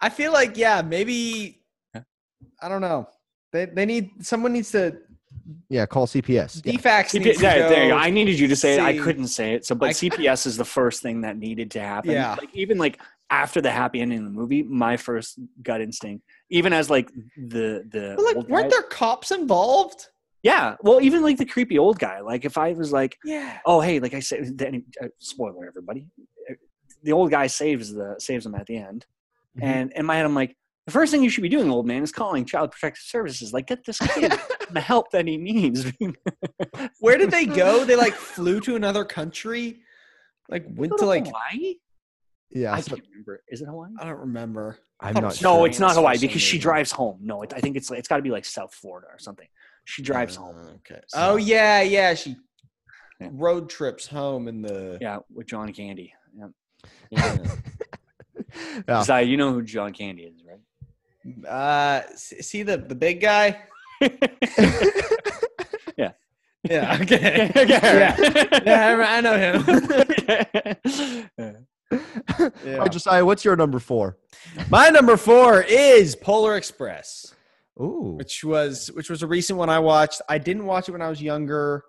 I feel like yeah, maybe I don't know. They they need someone needs to
Yeah, call CPS. Yeah.
defax
CP-
needs to
yeah, there you go.
go-
I needed you to say it. I
see-
couldn't say it. So, but
I-
CPS is the first thing that needed to happen.
Yeah.
Like, even like after the happy ending of the movie, my first gut instinct, even as like the the
But, like
old
weren't
guy-
there cops involved?
yeah, well, even like the creepy old guy. Like if I was like,
Yeah.
oh hey, like I said, then, uh, spoiler everybody, Uh, the old guy saves the saves him at the end,
Mhm.
Mm-hmm.
and in my head I'm like, the first thing you should be doing, old man, is calling Child Protective Services. Like get this kid the help that he needs.
Where did they go? They like flew to another country. Like went to like
Hawaii?
Yeah,
I
so-
can't remember. Is it Hawaii?
I don't remember.
I'm
Oh,
not
no,
sure.
No,
sure.
it's not
It's for
Hawaii
some
because she
reason.
drives home. No, it, I think it's it's got to be like South Florida or something. She drives home.
Uh, Okay.
So-
Oh yeah, yeah. She
Yeah.
road trips home in the
Yeah, with John Candy. Yeah.
yeah. Oh.
Yeah.
Zai, you know who John Candy is, right?
Uh, s- see the the big guy.
Yeah.
Yeah. Okay.
yeah.
Yeah, I rem- I know him.
All right, Josiah, what's your number four?
My number four is Polar Express,
Ooh,
which was which was a recent one I watched. I didn't watch it when I was younger,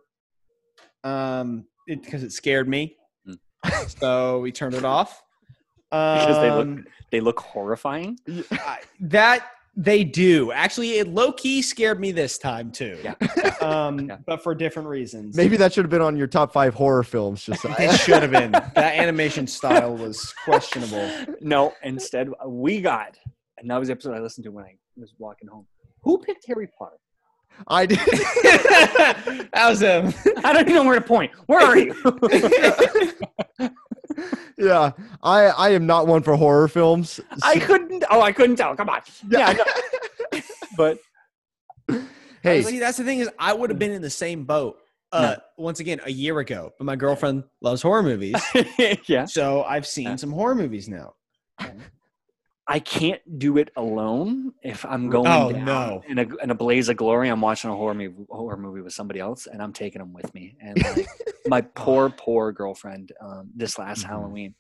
um, because it scared me.
Hmm.
so we turned it off. Um,
Because they look- they look horrifying.
I- that they do actually. It low key scared me this time too.
Yeah.
Um,
Yeah.
but for different reasons.
maybe that should have been on your top five horror films,
It
Josiah.
should have been. That animation style was questionable.
No, instead we got, and that was the episode I listened to when I was walking home. Who picked Harry Potter?
I did.
that was him.
I don't even know where to point. Where are you?
Yeah, I I am not one for horror films.
I
so-
couldn't. Oh, I couldn't tell. Come on. Yeah. I know. but
hey,
See, that's the thing is, I would have been in the same boat. Uh, Once again, a year ago, but my girlfriend loves horror movies,
yeah,
so I've seen some horror movies now.
I can't do it alone. If I'm going
Oh,
down
no.
in a in a blaze of glory, I'm watching a horror movie, horror movie with somebody else, and I'm taking them with me. And like, my poor, poor girlfriend, um, this last
Mm-hmm.
Mhm.
Halloween,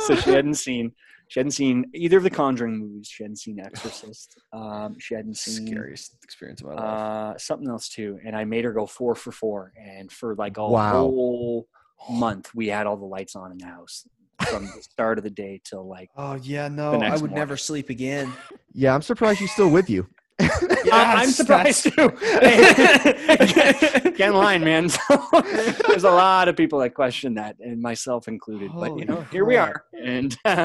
so she hadn't seen she hadn't seen either of the Conjuring movies. She hadn't seen Exorcist. Um, she hadn't seen
Scariest experience of my life.
uh, something else too. And I made her go four for four, and for like a
Wow.
whole month, we had all the lights on in the house from the start of the day till like.
oh yeah, no,
the
I
next
would
morning.
never sleep again.
yeah, I'm surprised she's still with you.
I- I'm
Yes,
surprised too. Can't line, man. So, there's a lot of people that question that, and myself included. but
Holy
you know, here we
crap.
are, and uh,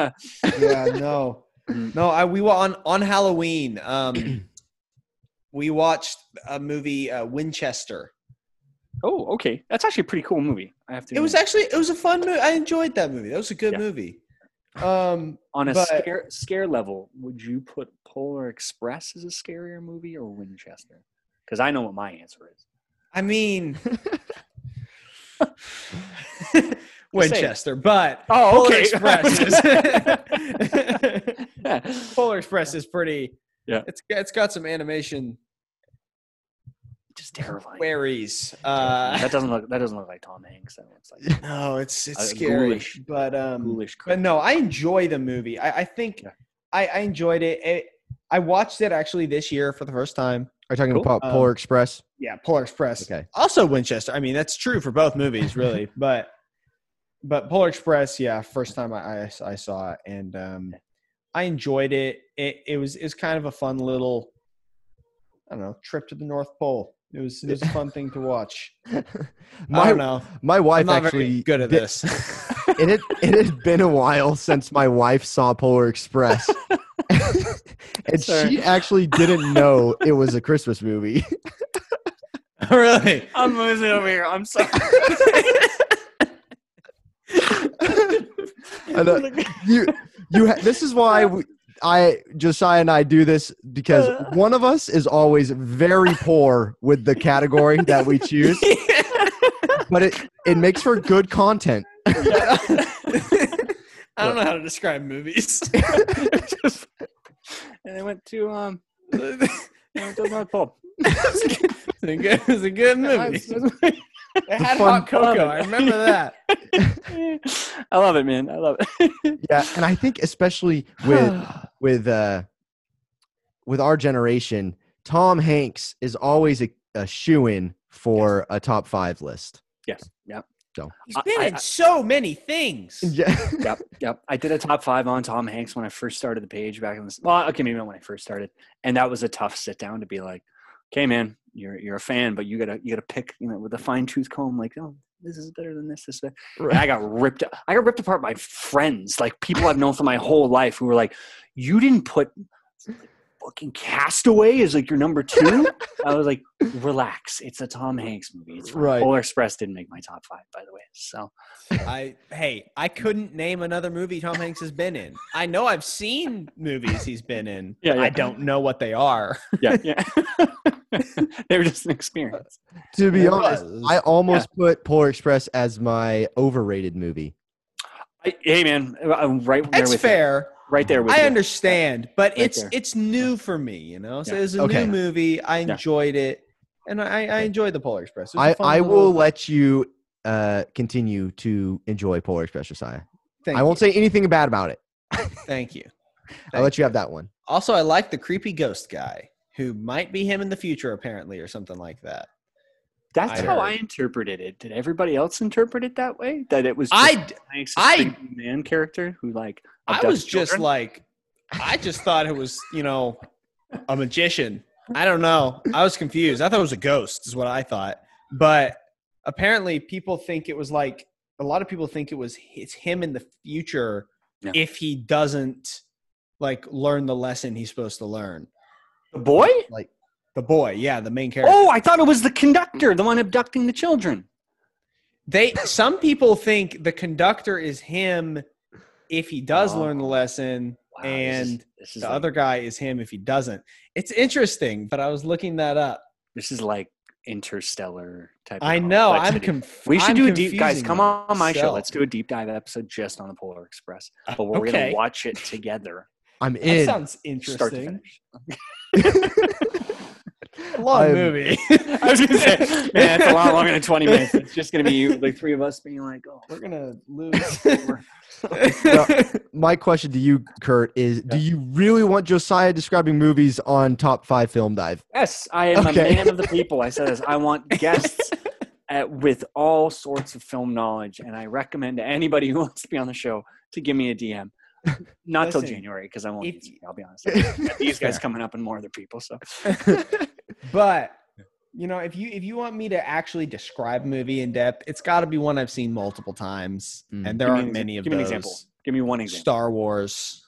that's- yeah, no,
Mm.
no. I we were on on Halloween. Um, we watched a movie uh, Winchester.
oh, okay, that's actually a pretty cool movie. I have to.
It was
admit.
actually it was a fun movie. I enjoyed that movie. That was a good
Mm. Yeah.
movie. Um,
on a
but-
scare scare level. Would you put Polar Express as a scarier movie or Winchester? Because I know what my answer is.
I mean, Winchester, but
Oh, okay.
Polar Express is Polar Express is pretty.
Yeah.
it's it's got some animation
Just terrifying.
queries. Uh,
that doesn't look. That doesn't look like Tom Hanks. That looks like
no, it's it's
Uh,
scary,
ghoulish.
but um,
ghoulish.
but no, I enjoy the movie. I, I think
Yeah.
I, I enjoyed it. it. I watched it actually this year for the first time.
Are you talking
Cool.
about
Um,
Polar Express?
Yeah, Polar Express.
Okay.
Also Winchester. I mean, that's true for both movies, really. but but Polar Express, yeah, first time I I, I saw it, and um, I enjoyed it. It it was it was kind of a fun little, I don't know, trip to the North Pole. It was it was a fun thing to watch. I don't
My
know.
my
I'm
wife
not
actually
very good at
did-
this.
it had, it had been a while since my wife saw Polar Express. and
Sorry.
she actually didn't know it was a Christmas movie.
really?
I'm losing over here. I'm sorry.
I know. you you ha- this is why we, I Josiah and I do this because one of us is always very poor with the category that we choose, but it it makes for good content.
I don't know how to describe movies.
Just- and I went to um. I went to the North Pole.
It's a good, it's a good movie. It had hot
fun-
cocoa. I remember that.
I love it, man. I love it.
Yeah, and I think especially with with uh with our generation, Tom Hanks is always a, a shoe in for a top five list.
yes. Yep.
He's
I-
been
I-
in
I-
so many things.
Yeah.
Yep. Yep. I did a top five on Tom Hanks when I first started the page back in this. Well, okay, maybe not when I first started, and that was a tough sit down to be like, okay, man, you're you're a fan, but you gotta you gotta pick, you know, with a fine tooth comb, like, oh, this is better than this. This. Is better. And I got ripped. I got ripped apart by friends, like people I've known for my whole life, who were like, "You didn't put fucking Castaway as like your number two? I was like, "Relax, it's a Tom Hanks movie." It's fine.
Right.
Polar Express didn't make my top five, by the way. So
I hey, I couldn't name another movie Tom Hanks has been in. I know I've seen movies he's been in.
Yeah, yeah.
I don't know what they are.
yeah, yeah, they were just an experience.
to be
It
honest,
was.
I almost put Polar Express as my overrated movie.
I, hey, man, I'm right there
It's
with
fair.
you. Right there with
I
you.
understand, but
Right
it's
there.
it's new for me, you know. So
Yeah.
it's a
Okay.
new movie. I enjoyed it, and I, I enjoyed the Polar Express. It was a
I,
fun
I
little
will let you uh, continue to enjoy Polar Express, Josiah.
thing.
I won't say anything bad about it.
Thank you.
I'll let you have that one.
Also, I like the creepy ghost guy who might be him in the future, apparently, or something like that.
That's
I
how
heard.
I interpreted it. Did everybody else interpret it that way? That it was just
I
Tom Hanks'
I-
big man character who like
I
abducts
was just
children?
like, I just thought it was you know a magician. I don't know. I was confused. I thought it was a ghost, is what I thought. But apparently, people think it was like a lot of people think it was it's him in the future
Yeah.
if he doesn't like learn the lesson he's supposed to learn.
the boy.
The boy, yeah, the main character.
Oh, I thought it was the conductor, the one abducting the children.
They some people think the conductor is him if he does learn the
Oh.
lesson,
this
and
is- this is,
the
like,
other guy is him if he doesn't. It's interesting, but I was looking that up.
this is like interstellar type. of
I know I'm
complexity.
confused.
we should do a deep guys. Come on my show. Let's do a deep dive episode just on the Polar Express, but we're
Uh, okay.
gonna watch it together.
I'm
That
in.
sounds
Start to
interesting.
finish.
Long
I'm-
movie.
I was gonna say, man, it's a lot longer than 20 minutes. It's just gonna be you, the three of us being like, oh,
We're gonna
we're-
lose.
My question to you, Kurt, is do you really want Josiah describing movies on top five film dive?
Yes, I am
Okay.
a man of the people. I said this. I want guests at, with all sorts of film knowledge, and I recommend to anybody who wants to be on the show to give me a DM. Not till
Listen,
January because I won't.
if-
need to, I'll be honest. I got These guys
Fair.
coming up and more other people. So
but you know, if you if you want me to actually describe a movie in depth, it's got to be one I've seen multiple times,
Mm.
and there
Give me an
aren't
exa-
many of
give
those.
me an example. give me one example.
Star Wars.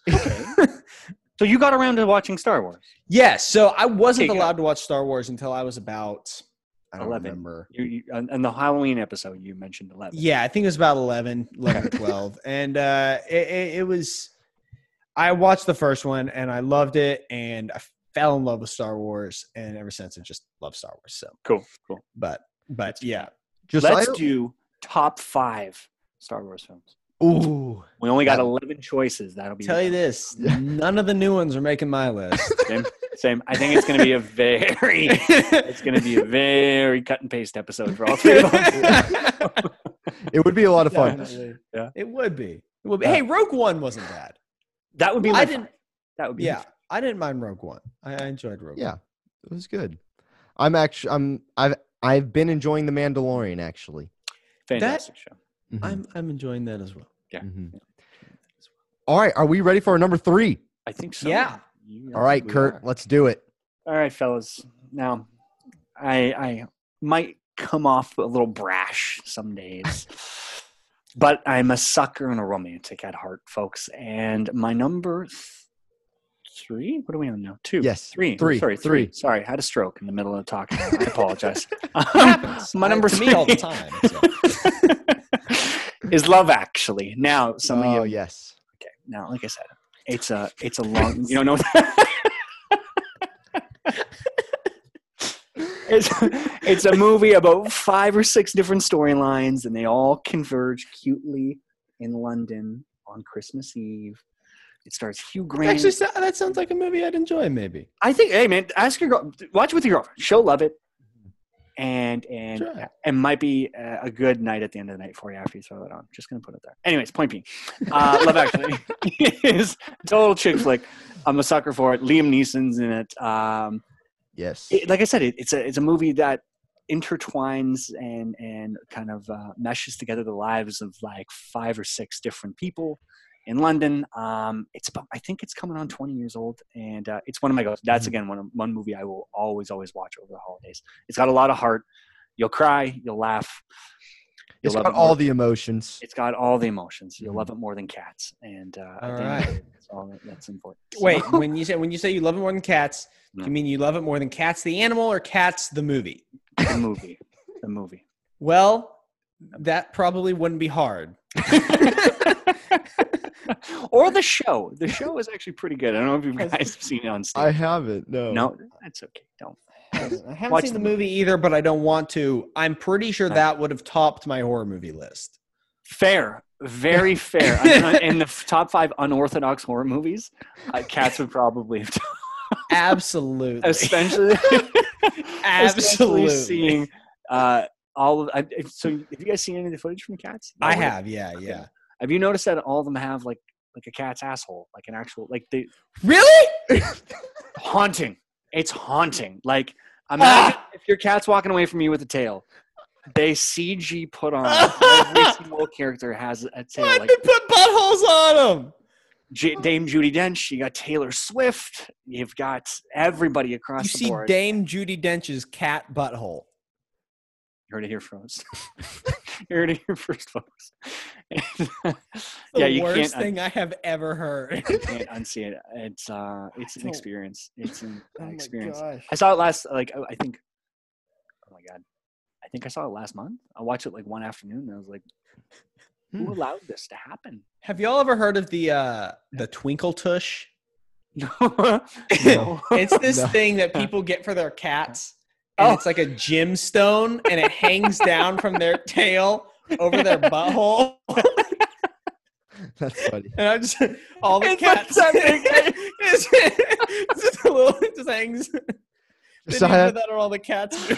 So you got around to watching Star Wars.
Yes. So I wasn't
Okay, go.
allowed to watch Star Wars until I was about I don't
11.
remember.
You, you and and the Halloween episode you mentioned eleven.
Yeah, I think it was about 11, 11 or 12. And uh, it, it, it was, I watched the first one and I loved it and I fell in love with Star Wars. And ever since I just love Star Wars. So,
Cool. Cool.
but, but yeah.
Josiah,
Let's do top five Star Wars films.
Ooh.
We only got 11 choices. That'll be
Tell you this, none of the new ones are making my list.
Same, same. I think it's going to be a very, it's going to be a very cut and paste episode for all three of us.
It would be a lot of fun.
Definitely.
Yeah.
It would be. It would be. Hey, Rogue One wasn't bad.
That would be. My
I
five.
didn't.
That would be.
Yeah, I didn't mind Rogue One. I, I enjoyed Rogue.
Yeah, it was good. I'm actually I'm I've I've been enjoying the Mandalorian actually.
Fantastic show.
Mhm,
One. I'm I'm enjoying that as well.
mhm. All right, are we ready for our number three?
I think so.
Yeah.
You-
All right,
we
Kurt,
are.
let's do it.
All right, fellas. Now, I I might come off a little brash some days, but I'm a sucker and a romantic at heart, folks. And my number th- three. What are we on now? Two.
Yes,
Three. Oh,
three,
Sorry, three.
three.
Sorry, I had a stroke in the middle of talking. I apologize.
It happens.
my
I-
number
to
three
me all the time. so.
is Love Actually. Now, some of you
oh yes.
Okay. Now, like I said, it's a it's a long. You don't know. it's it's a movie about five or six different storylines, and they all converge cutely in London on Christmas Eve. It starts Hugh Grant.
Actually, so- that sounds like a movie I'd enjoy. Maybe.
I think, hey man, ask your girl, watch it with your girlfriend. She'll love it, and and
Mm-hmm. Sure.
and might be a a good night at the end of the night for you after you throw that on. Just gonna put it there. Anyways, point being, uh, Love Actually is a total chick flick. I'm a sucker for it. Liam Neeson's in it. Um,
Yes.
it- like I said, it, it's a it's a movie that intertwines and and kind of uh, meshes together the lives of like five or six different people in London. Um, it's about I think it's coming on 20 years old, and uh, it's one of my goals. That's
Mhm.
again one of- one movie I will always always watch over the holidays. It's got a lot of heart. You'll cry, you'll laugh.
it's
love
got
it
all
more.
the Mm-hmm. emotions.
It's got all the emotions. You'll love it more than cats, and uh, I
All
think
right.
that's all that- that's important. So-
Wait, when you say when you say you love it more than cats, do
No.
you mean you love it more than cats the animal or cats the movie?
the movie, the movie.
Well, that probably wouldn't be hard.
or the show. The show is actually pretty good. I don't know if you guys have seen it on
I
stage.
haven't. No.
No, that's okay. Don't.
I haven't
Watch
seen
the
the movie either, but I don't want to. I'm pretty sure
No.
that would have topped my horror movie list.
Fair, very fair. I'm not- in the f- top five unorthodox horror movies, uh, Cats would probably have
Absolutely.
especially, especially
Absolutely.
seeing uh, all of. I, if, so, have you guys seen any of the footage from Cats?
I
No,
have, yeah, yeah.
Have you noticed that all of them have like like a cat's asshole, like an actual like they
Really?
haunting. It's haunting. Like imagine if your cat's walking away from you with a tail. They CG put on every single character has a tail.
Why'd
Like
they put buttholes on them?
J- Dame Judy Dench, you got Taylor Swift, you've got everybody across
You
the
see
board.
Dame Judy Dench's cat butthole.
you heard it here first. you heard it here first, folks. yeah,
the
you
worst
can't, un-
thing I have ever heard.
you can't unsee it. It's uh, it's an
don't-
experience. It's an
Oh
Oh
uh, experience.
gosh.
I saw it last, like, I I think, oh my God. I think I saw it last month. I watched it like one afternoon and I was like, who
Hmm.
allowed this to happen?
Have y'all ever heard of the uh the twinkle tush?
Oh, no.
It's this
No.
thing that people get for their cats. And
Oh.
it's like a gemstone and it hangs down from their tail over their butthole.
That's funny.
And I just all the
It's like
cats.
that big-
it's, it's just a little it just hangs. They do
Josiah,
that on all the cats.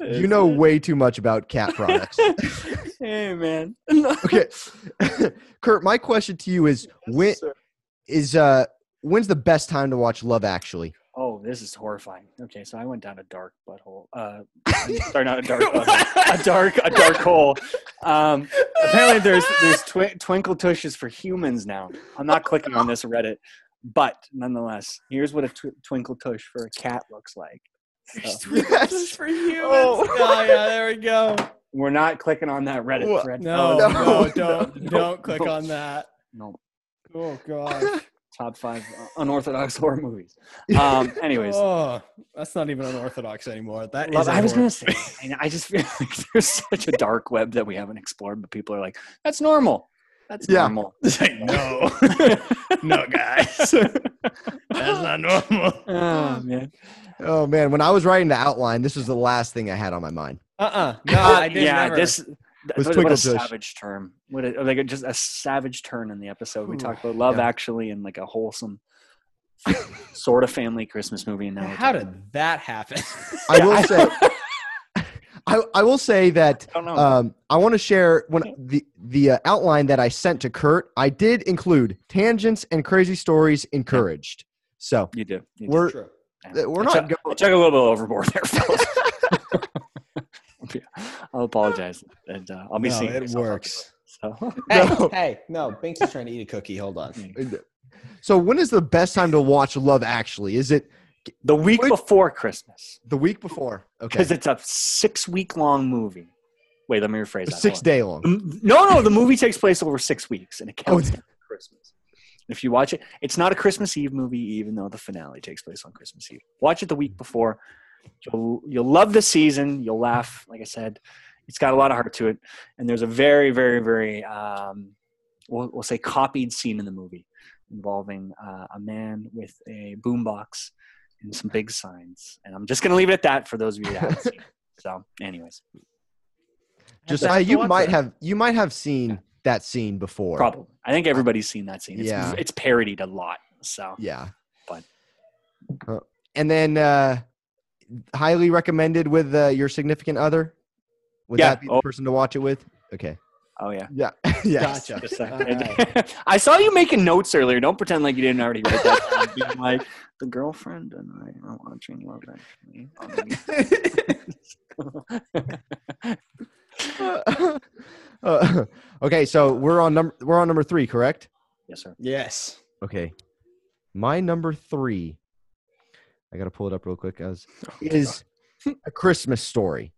you know way too much about cat products.
hey, man.
okay. Kurt, my question to you is when is uh when's the best time to watch Love Actually?
Oh, this is horrifying. Okay, so I went down a dark butthole. Uh, sorry, not a dark butthole. A dark, a dark hole. Um, apparently, there's there's twi- twinkle tushes for humans now. I'm not clicking on this Reddit, but nonetheless, here's what a tw- twinkle tush for a cat looks like. So,
Yes.
for humans.
Oh.
Oh, yeah, there we go.
we're not clicking on that Reddit
Wha-
thread.
No,
no,
no,
no,
don't
Oh, no,
don't click
no.
on that.
no.
Oh gosh.
Top five uh, unorthodox horror movies. Um, anyways,
Oh, that's not even unorthodox anymore. That
Love-
is
I was
unorthodox.
gonna say, I, know, I just feel like there's such a dark web that we haven't explored, but people are like, "That's normal. That's
Yeah.
normal."
It's like, no, no, guys, that's not normal.
oh man.
Oh man, when I was writing the outline, this was the last thing I had on my mind.
Uh, uh no, I did
yeah,
never.
this
was
what, what a
Twinkletush.
savage term. What a, like a, just a savage turn in the episode. We talked about Love
Yeah.
Actually and like a wholesome sort of family Christmas movie. And now we're
How
talking-
did that happen?
I will say, I, I will say that
oh,
I don't know.
um, I want to share when the the uh, outline that I sent to Kurt. I did include tangents and crazy stories encouraged. So
you do. You do.
we're
True.
Yeah.
we're
I
not
took-
go-
I took a little bit overboard there, fellas. Yeah, I'll apologize, and uh, I'll be
No,
seeing
it
myself out
works.
there, So.
Hey,
No.
hey, no, Binky's trying to eat a cookie. Hold on.
so when is the best time to watch Love Actually? Is it
The week
Wait.
before Christmas,
the week before? Okay,
because it's a six-week-long movie. Wait, let me rephrase that.
six
Hold on.
day long.
Mm, No, no, the movie takes place over six weeks and it
Oh,
counts down to Christmas. If you watch it, it's not a Christmas Eve movie, even though the finale takes place on Christmas Eve. Watch it the week before. You'll you'll love the season. You'll laugh. Like I said, it's got a lot of heart to it, and there's a very, very, very um, we'll, we'll say copied scene in the movie involving uh, a man with a boombox and some big signs. And I'm just gonna leave it at that for those of you that haven't seen. it. So, anyways,
Josiah, uh, you
Watch
might
that.
have you might have seen that scene before.
Probably. I think everybody's seen that scene. It's,
Yeah.
it's parodied a lot. So
Yeah.
But-
Uh, and then uh, highly recommended with uh, your significant other. Would
Yeah.
that be the
Oh.
person to watch it with? Okay.
oh yeah.
Yeah. yes.
Gotcha.
Just a-
All right.
I saw you making notes earlier. Don't pretend like you didn't already write that. down. Being like the girlfriend and I are watching Love Actually. on the-
Uh, okay, so we're on number we're on number three, correct?
yes, sir.
Yes.
Okay. My number three. I gotta pull it up real quick. As is a Christmas story.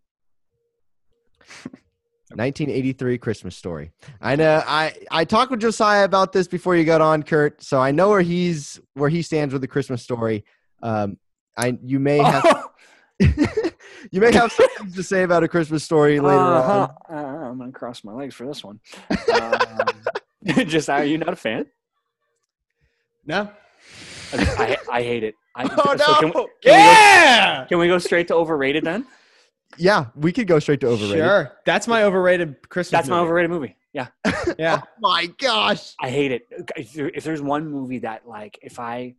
1983 Christmas story. I know. I I talked with Josiah about this before you got on, Kurt. So I know where he's where he stands with the Christmas story. Um, I you may have you may have some things to say about a Christmas story later
Uh-huh.
on.
Uh, I'm gonna cross my legs for this one. Um, just are you not a fan?
No.
I, I, I hate it. I,
Oh,
so
no.
can, we- can we go,
yeah.
can we go straight to overrated then?
Yeah, we could go straight to overrated.
Sure. That's my overrated Christmas.
That's my
movie.
overrated movie. Yeah.
Yeah.
Oh my gosh.
I hate it. If there- if there's one movie that, like, if I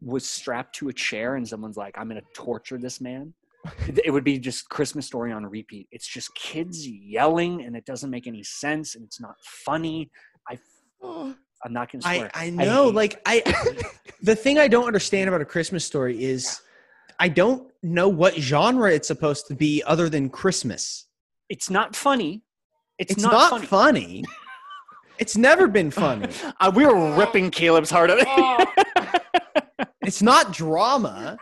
was strapped to a chair and someone's like, "I'm going to torture this man," it would be just Christmas Story on repeat. It's just kids yelling, and it doesn't make any sense, and it's not funny. I, I'm not going to
I,
swear.
I know.
hate-
like I the thing I don't understand about a Christmas story is I don't know what genre it's supposed to be other than Christmas.
it's not funny. It's,
It's,
not,
not,
funny.
funny. it's never been funny.
Uh, we were ripping Caleb's heart out.
Oh. It's not drama.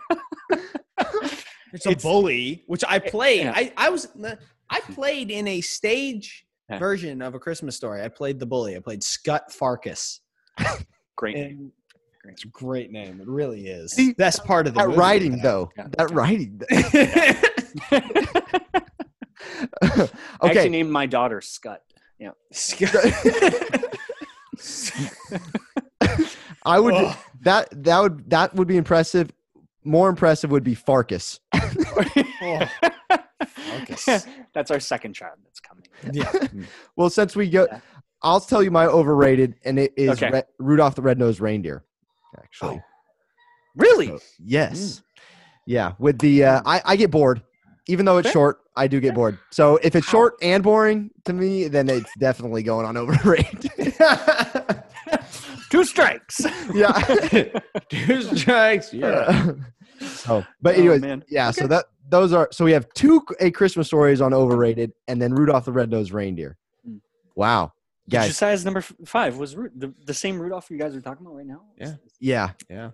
it's a
It's-
bully, which I played.
yeah.
I, I was I played in a stage
Yeah.
version of a Christmas story. I played the bully. I played Scott Farkas.
Great.
And
Great.
it's a great name. It really is.
See,
That's part of the
That
movie,
writing
though.
though.
Yeah.
That writing.
I actually
okay.
named my daughter Scut.
Scott-
I would
Ugh.
that that would that would be impressive. More impressive would be Farkas.
Oh, focus.
That's our second child that's coming.
yeah. Mm.
Well, since we go,
Yeah.
I'll tell you my overrated, and it is
Okay.
Re- Rudolph the Red-Nosed Reindeer. Actually,
Oh,
Really?
So,
Mm.
yes, yeah. With the uh, I, I get bored, even though it's
Fair.
short. I do get bored. So if it's
Wow.
short and boring to me, then it's definitely going on overrated.
Two strikes.
yeah.
Two strikes.
Uh, so, but
Oh,
anyways,
man.
yeah. So that those are so we have two a Christmas stories on overrated, and then Rudolph the Red-Nosed Reindeer.
Mm.
Wow, guys.
Josiah's number f- five was Ru- the, the same Rudolph you guys are talking about right now.
Yeah.
yeah,
Yeah.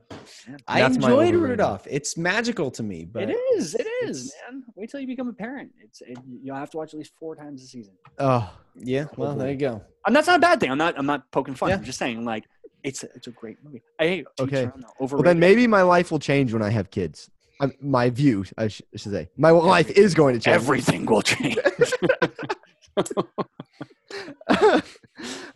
Man,
I
That's my
enjoyed
overrated.
Rudolph. It's magical to me, but
it is. It is,
it's-
man. Wait till you become a parent. It's it, you'll have to watch at least four times a season.
oh,
yeah. Well, there you go.
And that's not a bad thing. I'm not. I'm not poking fun.
Yeah.
I'm just saying, like, it's a, it's a great movie. I hate
Okay.
okay. Over.
Well, then maybe my life will change when I have kids. i my view, I sh- should say, my life is going to change.
everything will change.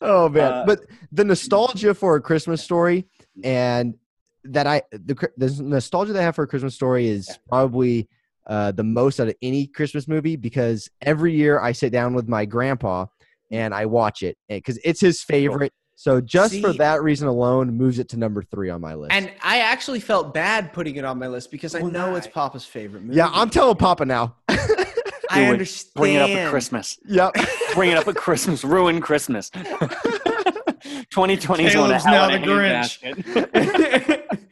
oh man!
Uh,
but the nostalgia for a Christmas story, and that I the cr- the nostalgia that I have for a Christmas story is
Yeah.
probably uh, the most out of any Christmas movie because every year I sit down with my grandpa and I watch it because it's his favorite. So just for
See-
that reason alone, moves it to number three on my list.
And I actually felt bad putting it on my list because I
Well,
know it's
I-
Papa's favorite movie.
yeah, I'm telling Papa now.
Do
I
it.
understand.
Bring it up at Christmas.
yep.
Bring it up at Christmas. Ruin Christmas. 2020 is going to
Caleb's
hell
now
in a
the
handbasket.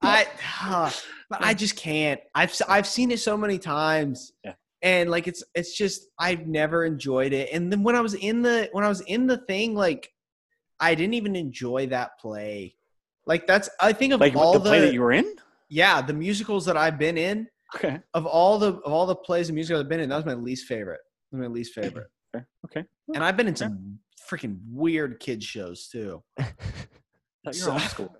I, ah, but I just can't. I've s- I've seen it so many times,
Yeah.
and like it's it's just I've never enjoyed it. And then when I was in the when I was in the thing, like I didn't even enjoy that play. Like that's I think of
like
all
the play that you were in.
yeah the musicals that I've been in
Okay.
of all the of all the plays and musicals I've been in that was my least favorite. That was my least favorite.
Okay. Okay.
And I've been in some freaking weird kids shows too.
Thought you
So-
were homeschooled.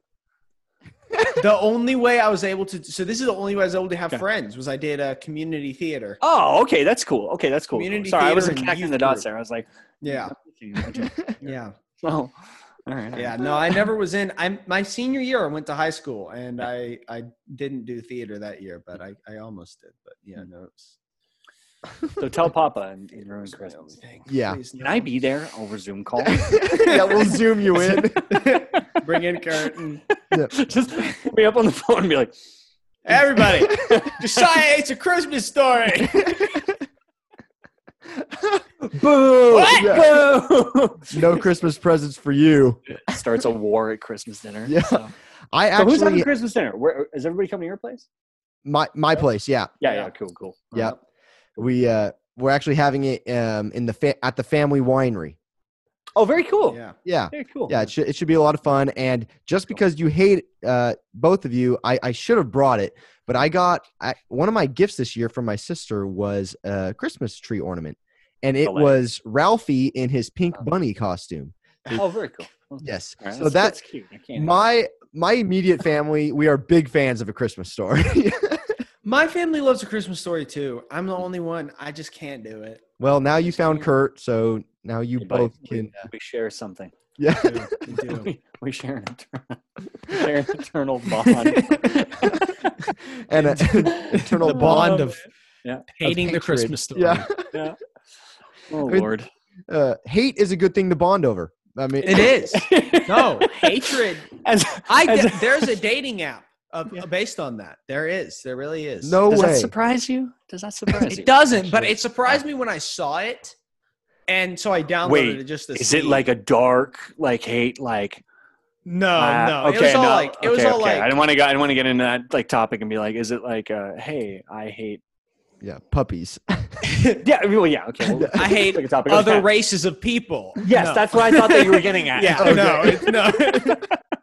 the only way I was able to so this is the only way I was able to have
Okay.
friends was I did a community theater.
Oh, okay. That's cool. Okay, that's cool.
Community
Sorry, I
theater
wasn't
and
connecting
youth
the dots
group.
there. I was like, "Hmm,
Yeah.
okay.
Yeah.
oh, all right. all
Yeah.
right.
No, I never was in I'm my senior year I went to high school and I I didn't do theater that year, but I, I almost did. But yeah, no, it's
So tell Papa and, and ruin
it's my only
Christmas.
thing.
Yeah.
Please,
Can
no.
I be there over Zoom call?
yeah, we'll zoom you in.
bring in curtain?
Just put me up on the phone and be like,
Everybody, Josiah hates a Christmas story.
Boo!
What?
Oh, Yeah.
"Whoa!"
No Christmas presents for you.
starts a war at Christmas dinner.
Yeah.
So, So
I
who's having
actually
Christmas dinner? Where is everybody coming to your place?
my my place. Yeah,
Yeah,
Yeah.
yeah, cool, cool.
yeah. We uh we're actually having it um in the fa- at the family winery.
Oh, very cool.
Yeah.
Yeah.
Very cool.
Yeah, it should, it should be a lot of fun. And just because you hate uh, both of you, I, I should have brought it, but I got I, one of my gifts this year from my sister was a Christmas tree ornament, and it was
Hilarious.
Ralphie in his pink
Oh.
bunny costume.
Oh, very cool. Okay.
Yes,
All right,
so that's
that's- that's cute. I can't.
my my immediate family. We are big fans of a Christmas story.
My family loves a Christmas story too. I'm the only one. I just can't do it.
well, now you found Kurt, so now you
Hey, buddy,
both can.
we share something.
Yeah,
We do. We do.
We, we share an eternal, we share an eternal bond.
and uh, a, eternal
The
bond
bond
of
Yeah.
Hating the
hatred.
Christmas story.
Yeah,
yeah. Oh
I mean-
Lord.
uh, hate is a good thing to bond over. I mean,
It is. No, hatred.
As,
I
as
get, there's a dating app of, based on that. There is. There really is.
No
does
way.
that surprise you? Does that surprise you?
it doesn't. But it surprised me when I saw it, and so I downloaded
Wait,
it just. To
Is
see.
it like a dark, like hate, like?
No,
uh,
Oh, no. it was all
no,
like. It was
okay,
all
okay. I
like.
didn't want to. go. I didn't want to get into that like topic and be like, is it like, uh, hey, I hate?
yeah, puppies.
Yeah. Well, yeah. Okay. well,
I hate
pick a topic like
other
that.
races of people.
Yes,
No.
that's what I thought that you were getting at.
Yeah,
Okay.
no, it- no,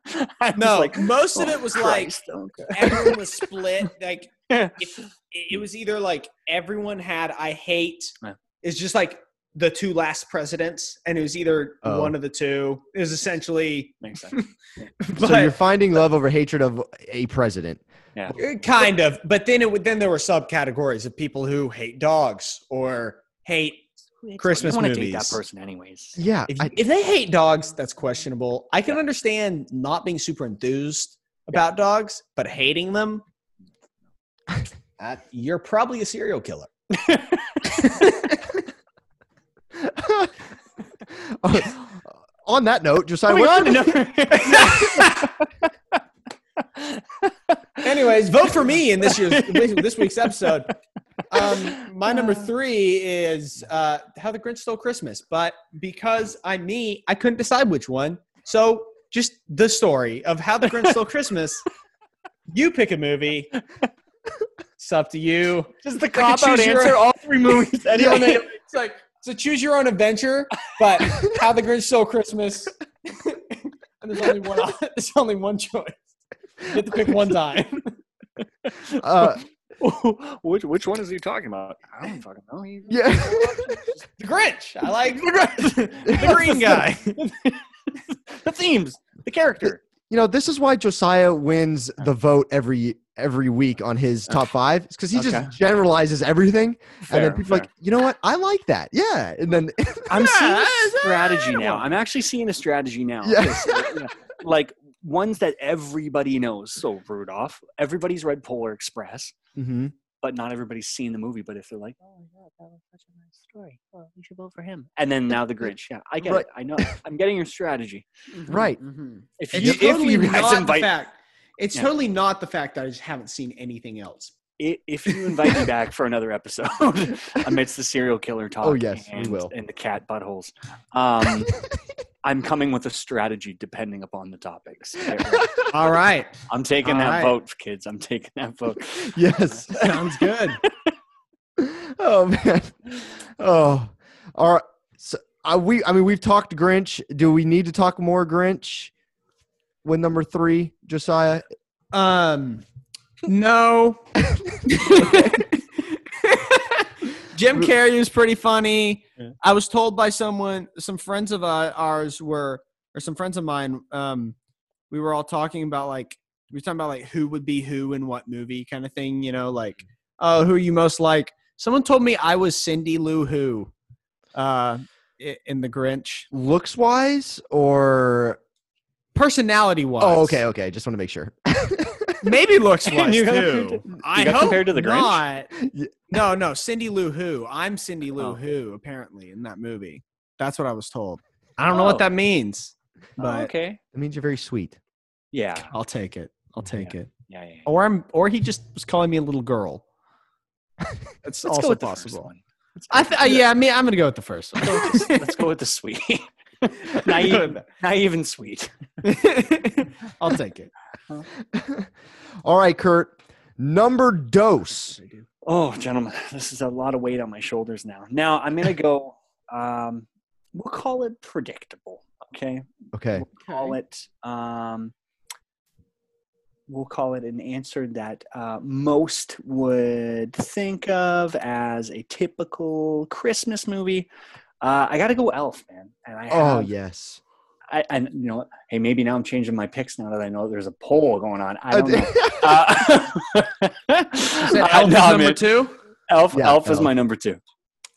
I was
no.
like,
Most of
oh,
it was like
Christ, okay.
everyone was split. Like
Yeah.
if, it- it was either like everyone had I hate.
Yeah.
It's just like the two last presidents, and it was either
Oh.
one of the two. It was essentially,
Makes sense.
but
so you're finding love over hatred of a president.
kind of. But then it would then there were subcategories of people who hate dogs or hate. Christmas
you wanna Date
movies.
that person, anyways.
Yeah,
If,
I,
you- if they hate dogs, that's questionable. I can understand not being super enthused about dogs, but hating them, that- you're probably a serial killer.
uh, on that note, Josiah,
Moving
what,
on to number-
Anyways, vote for me in this year's this week's episode. Um, my number three is uh, How the Grinch Stole Christmas, but because I'm me, I couldn't decide which one. So just the story of How the Grinch Stole Christmas. You pick a movie. It's up to you.
Just the
could
cop out
choose your-
answer. All three movies. Anyone
Yeah.
that-
It's like so choose your own adventure, but How the Grinch Stole Christmas. and there's only one. There's only one choice. You have to pick one time.
uh,
which which one is he talking about? I don't fucking know. He,
yeah,
The Grinch. I like the Grinch. the green guy.
the themes, the character.
you know, this is why Josiah wins the vote every every week on his top five. It's because he
Okay.
just generalizes everything, and
Fair,
then people are
fair.
like, you know what, I like that. Yeah, and then
I'm
Yeah,
seeing a
that's-
strategy now. I'm actually seeing a strategy now.
Yeah.
'Cause, uh, yeah, like ones that everybody knows. So Rudolph, everybody's read Polar Express.
Mhm.
but not everybody's seen the movie. But if they're like, oh my god, that was such a nice story. Well, you should vote for him. And then now the Grinch. Yeah, I get
Right.
it. I know. I'm getting your strategy.
Right.
If
It's
you,
totally
if you guys
not the
invite
fact. It's
Yeah.
totally not the fact that I just haven't seen anything else.
i- if you invite me back for another episode amidst the serial killer talk.
yes, we
and,
will.
And the cat buttholes. Um, I'm coming with a strategy depending upon the topics. Get ready.
All right,
I'm taking
All
that
right.
vote, kids. I'm taking that vote.
Yes.
sounds good.
oh man. Oh. All right. So I we I mean we've talked Grinch. Do we need to talk more Grinch? With number three, Josiah.
Um, no. Jim Carrey was pretty funny.
Yeah.
I was told by someone, some friends of uh, ours were, or some friends of mine, um, we were all talking about like, we were talking about like who would be who in what movie kind of thing, you know, like, oh, who are you most like? Someone told me I was Cindy Lou Who uh, i- in The Grinch.
Looks wise or
Personality wise.
Oh, okay, okay. Just want to make sure.
Maybe looks wise
You got
too.
compared
I
got
hope
compared to the Grinch?
not.
Yeah.
No, no, Cindy Lou Who. I'm Cindy Lou
Oh.
Who apparently in that movie. That's what I was told. I don't know
Oh.
what that means, but
okay.
That means you're very sweet.
Yeah.
I'll take it. I'll take it.
Yeah. yeah, yeah.
Or I'm, or he just was calling me a little girl. That's
Let's go
also
with the first
possible.
one.
I th- uh, yeah, I mean, I'm gonna go with the first one.
Let's go with the- Let's go with the sweet. naive, naive and sweet.
I'll take it.
All right, Kurt. Number dose.
Oh, gentlemen, this is a lot of weight on my shoulders now. Now I'm gonna go. Um, we'll call it predictable. Okay.
Okay.
Call it. Um, we'll call it an answer that uh, most would think of as a typical Christmas movie. Uh, I gotta go Elf, man. And I
Oh
have-
yes.
I, and you know, what? hey, maybe now I'm changing my picks now that I know there's a poll going on. I don't know. Uh,
Is that
I
Elf is
know,
number
man.
two?
Elf,
Yeah,
Elf is
Elf.
my number two.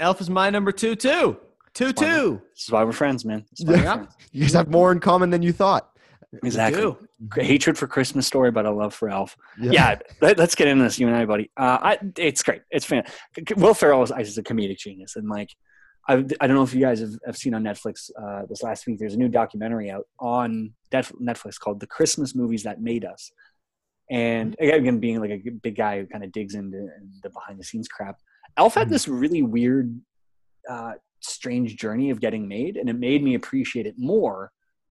Elf is my number two too. Two
That's fine.
two.
This is why we're friends, man. This is why we're
Yeah.
friends.
You guys have more in common than you thought.
Exactly.
Two.
Great Hatred for Christmas Story, but a love for Elf. Yeah, let, us get into this, you and I, buddy. Uh, I, it's great. It's fan. Will Ferrell is, is a comedic genius, and like, I, I don't know if you guys have, have seen on Netflix uh, this last week. There's a new documentary out on Netf- Netflix called "The Christmas Movies That Made Us," and
Mm-hmm.
again, being like a big guy who kind of digs into the behind the scenes crap, Elf had
Mhm.
this really weird, uh, strange journey of getting made, and it made me appreciate it more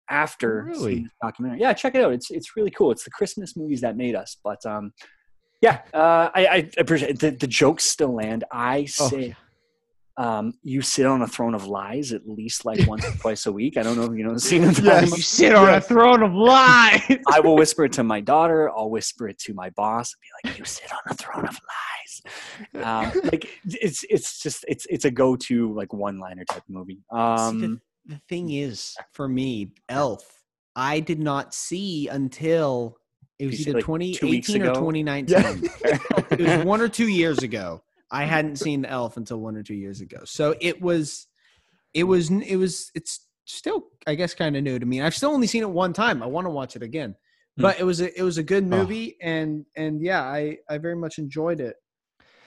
after seeing
Really?
this documentary. Yeah, check it out. It's it's really cool. It's the Christmas movies that made us. But um, yeah, uh, I, I appreciate the the jokes still land. I
Oh,
say. Um, you sit on a throne of lies at least like once or twice a week. I don't know if you know the scene. I'm talking
Yes.
about.
You
sit
on a
throne of lies.
I will whisper it to my daughter. I'll whisper it to my boss. Be like, you sit on a throne of lies. Um, like it's it's just it's it's a go to like one liner type of movie. Um,
the, the thing is, for me, Elf, I did not see until it was
You said,
either
like, two weeks
2018 or
ago?
2019. it was one or two years ago. I hadn't seen Elf until one or two years ago. So it was, it was, it was, it's still, I guess, kind of new to me. I've still only seen it one time. I want to watch it again,
Hmm.
but it was a, it was a good
Oh.
movie, and and yeah, I I very much enjoyed it.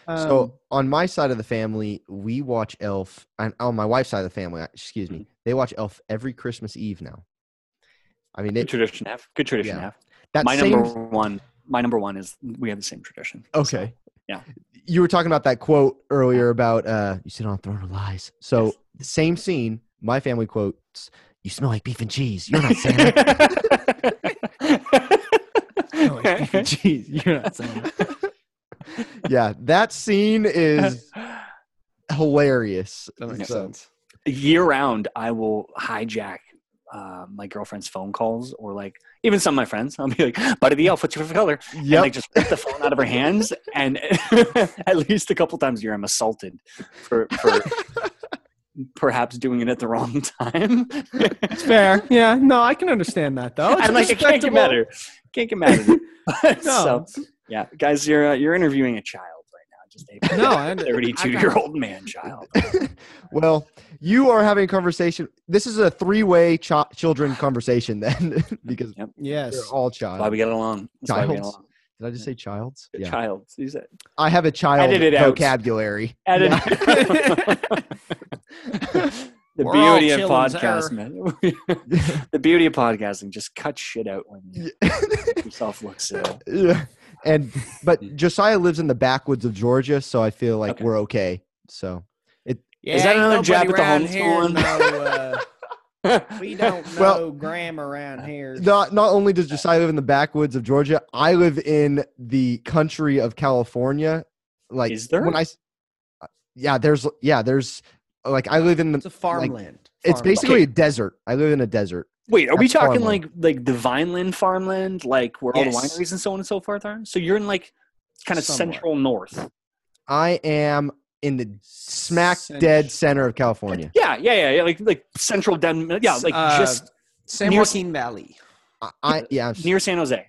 Um,
Um,
so on my side of the family, we watch Elf. And on my wife's side of the family, excuse
Mm-hmm.
me, they watch Elf every Christmas Eve now. I mean,
good
it,
tradition, F. Good tradition,
Yeah.
F.
that
My
same.
number one. My number one is we have the same tradition.
okay.
Yeah.
You were talking about that quote earlier about uh, you sit on a throne of lies. So
Yes.
the same scene. My family quotes. You smell like beef and cheese. You're not Santa. Oh,
So.
jeez, you're not saying.
yeah, that scene is hilarious.
That makes
So-
sense.
year round, I will hijack uh, my girlfriend's phone calls or like even some of my friends. I'll be like, "Buddy the elf, what's your favorite color?" And
Yep.
like just rip the phone out of her hands. And at least a couple times a year, I'm assaulted for for perhaps doing it at the wrong time.
It's fair. Yeah. No, I can understand that though. It's
I'm like, I can't get
respectable.
mad at her. Can't get mad at her.
No,
So yeah, guys, you're uh, you're interviewing a child right now. Just a
no, I under-
32 year old man child.
Well, you are having a conversation. This is a three-way ch- children conversation then, because
Yes.
they're all
That's why
child.
we get along. That's why we get
Childs.
along.
Did I just say child's? Yeah.
Child. You said
I have a child
Edit it out.
vocabulary.
added the
We're all
beauty of
chillins
podcast, man. the beauty of podcasting, just cut shit out when you make yourself looks. Uh,
Yeah. And but Josiah lives in the backwoods of Georgia, so I feel like
Okay.
we're okay. So
Yeah,
Is that
ain't
another jab
nobody
at the
round here
homeschooling?
know, uh, we don't know
Well-
grammar around here.
not not only does Josiah live in the backwoods of Georgia, I live in the country of California. Like
Is there?
when I s- uh, yeah, there's yeah, there's like I live in the
it's a farmland.
it's
Farmland.
basically a desert. I live in a desert.
wait, are we
That's
talking like
farmland.
like the Vineland farmland, like where all the
Yes.
wineries and so on and so forth are? So you're in like kind of
Somewhat.
central north.
I am in the smack
Cent-
dead center of California.
Yeah, yeah, yeah, yeah, like like central Den. Yeah, like
Uh,
just
San
near-
Joaquin Valley.
I, I yeah, I'm, s-
near San Jose.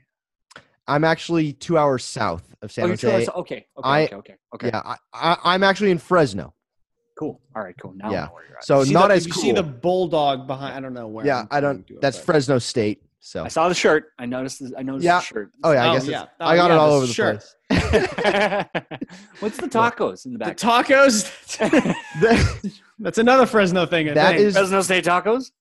I'm actually 2 hours south of San
oh, you're
Jose.
still outside- okay, okay,
I-
okay, okay, okay.
Yeah, I, I, I'm actually in Fresno.
Cool. All right, cool. Now I
Yeah.
know where you're at.
So
You see
not
the,
as
you
cool.
see the bulldog behind. I don't know where.
yeah,
I'm
I don't.
pointing to it,
That's
but-
Fresno State. So
I saw the shirt. I noticed. The, I noticed
Yeah.
the shirt.
oh yeah, I
Oh,
guess
yeah.
it's I
Oh,
got
yeah,
it all
the
over the
shirt.
place.
What's the tacos in the
the
back?
tacos. That's another Fresno thing. I
That
think.
is-
Fresno State tacos.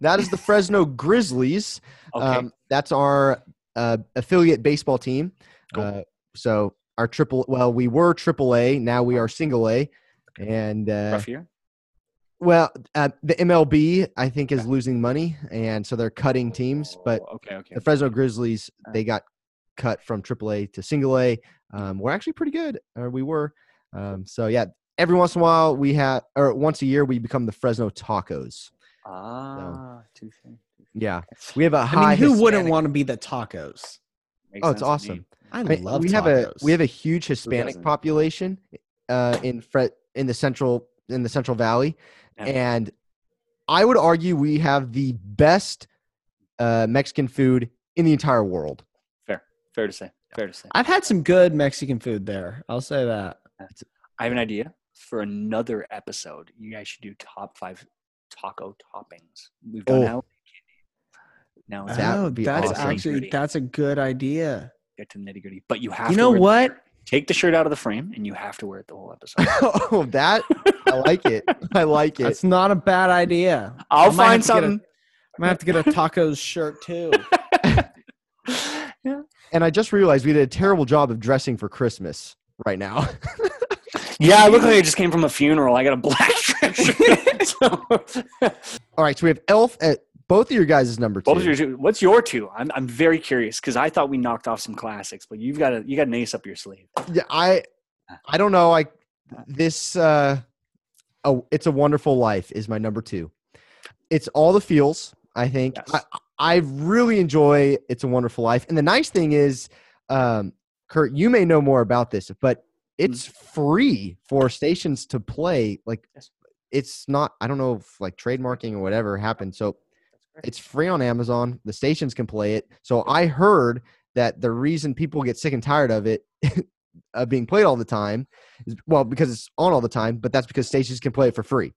that is the Fresno Grizzlies.
Okay.
Um, that's our uh, affiliate baseball team.
Cool.
Uh, so our triple. Well, we were triple A. Now we are single A. And uh,
Rough year.
well, uh, the MLB I think is losing money, and so they're cutting teams. But
Oh, okay, okay.
the Fresno Grizzlies
Uh
they got cut from AAA to Single A. Um, we're actually pretty good, or we were. Um, so yeah, every once in a while we have, or once a year we become the Fresno Tacos.
Ah, two things.
Yeah, we have a
I
high.
mean, who wouldn't
Hispanic-
want to be the tacos?
Makes
Oh, it's
sense to me.
awesome.
I,
I mean,
love
we
tacos.
have a we have a huge
doesn't?
Hispanic population uh, in Fre- in the central in the Central Valley,
Yeah.
and I would argue we have the best uh, Mexican food in the entire world.
Fair to say. Fair to say.
I've had some good Mexican food there. I'll say that.
I have an idea for another episode. You guys should do top five taco toppings. We've done
Oh.
now. Now it's
That
oh,
would be
that's
awesome.
actually
Nitty-gritty.
that's a good idea.
get to the nitty gritty, but you have.
You
to
know
wear the
what?
shirt. Take the shirt out of the frame, and you have to wear it the whole episode.
oh, that I like it. I like it.
That's not a bad idea. I
I'll
might
find
have to get a-
something.
I'm gonna have to get a tacos shirt too.
yeah.
And I just realized we did a terrible job of dressing for Christmas right now.
yeah, I look like I just came from a funeral. I got a black shirt. So-
All right, so we have Elf at both of your guys' number two.
What was your two- what's your two? I'm I'm very curious because I thought we knocked off some classics, but you've got a you got an ace up your sleeve.
yeah, I I don't know. I this uh oh it's a wonderful life is my number two. It's all the feels, I think.
Yes.
I, I really enjoy It's a Wonderful Life. And the nice thing is, um, Kurt, you may know more about this, but it's free for stations to play. Like
Yes.
it's not I don't know if like trademarking or whatever happened. So it's free on Amazon. The stations can play it. So I heard that the reason people get sick and tired of it of being played all the time is well because it's on all the time, but that's because stations can play it for free.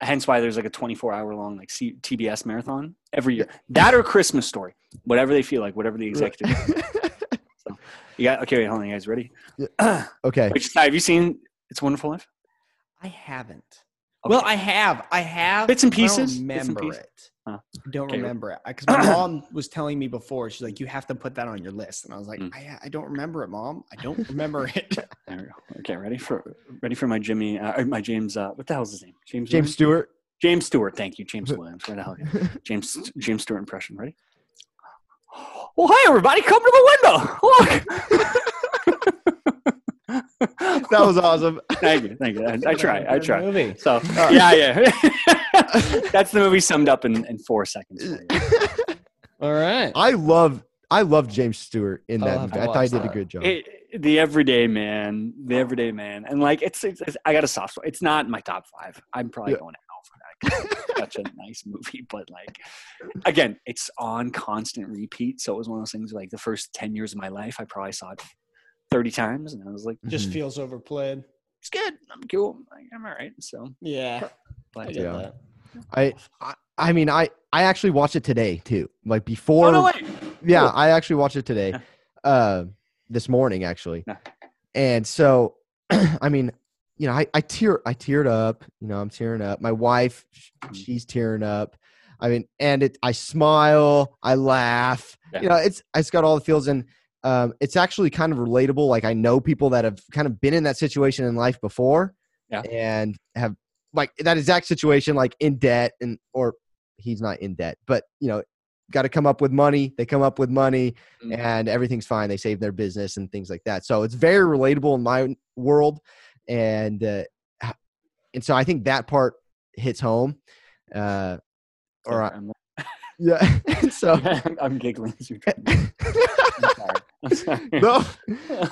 Hence why there's like a 24 hour long like C- TBS marathon every year. That or Christmas Story, whatever they feel like, whatever the executive. so, you got okay. Wait, hold on, you guys ready?
Okay.
Wait, Josiah, have you seen It's a Wonderful Life?
I haven't.
Okay.
Well, I have. I have
Bits and
but I don't
pieces? Bits and
remember
pieces.
it.
Huh.
I don't
Okay.
remember it because my mom was telling me before. She's like, "You have to put that on your list," and I was like,
Mm.
I, "I don't remember it, mom. I don't remember it."
There we go. Okay, ready for ready for my Jimmy, uh, or my James. Uh, what the hell's his name? James.
James
Williams?
Stewart.
James Stewart. Thank you, James Williams. Where the hell? James James Stewart impression. Ready? Well, hi everybody. Come to the window. Look.
that was awesome.
thank you, thank you. I, I try. I
Good
try.
Movie.
So uh, yeah, yeah. That's the movie summed up in, in four seconds. for you.
All right.
I love I love James Stewart in
I'll
that
have
movie.
to
I thought
watch
he did a
that.
good job.
It- the everyday man, the everyday man, and like it's, it's, it's- I got a soft. spot. It's not my top five. I'm probably
Yeah.
going out for that. 'cause it's such a nice movie, but like again, it's on constant repeat. So it was one of those things. Like the first ten years of my life, I probably saw it thirty times, and I was like,
Just
Mhm.
feels overplayed.
"It's good. I'm cool. Like, I'm all right." So,
Yeah. I
but
get
Yeah.
that.
I, I I mean I I actually watched it today too. Like
oh
before
no way!
Yeah,
Cool.
I actually watched it today.
Yeah.
uh, this morning actually,
Yeah.
and so I mean, you know, I, I tear I teared up. You know, I'm tearing up. My wife, sh- she's tearing up. I mean, and it I smile, I laugh. You
Yeah.
know, it's it's got all the feels and. Um, it's actually kind of relatable. Like I know people that have kind of been in that situation in life before,
Yeah.
and have like that exact situation, like in debt, and or he's not in debt, but you know, got to come up with money. They come up with money,
Mm.
and everything's fine. They save their business and things like that. So it's very relatable in my world, and uh, h- and so I think that part hits home. Uh,
Yeah,
or I-
I'm,
yeah, and so
I'm, I'm giggling. as you're trying to- I'm sorry. I'm sorry.
no,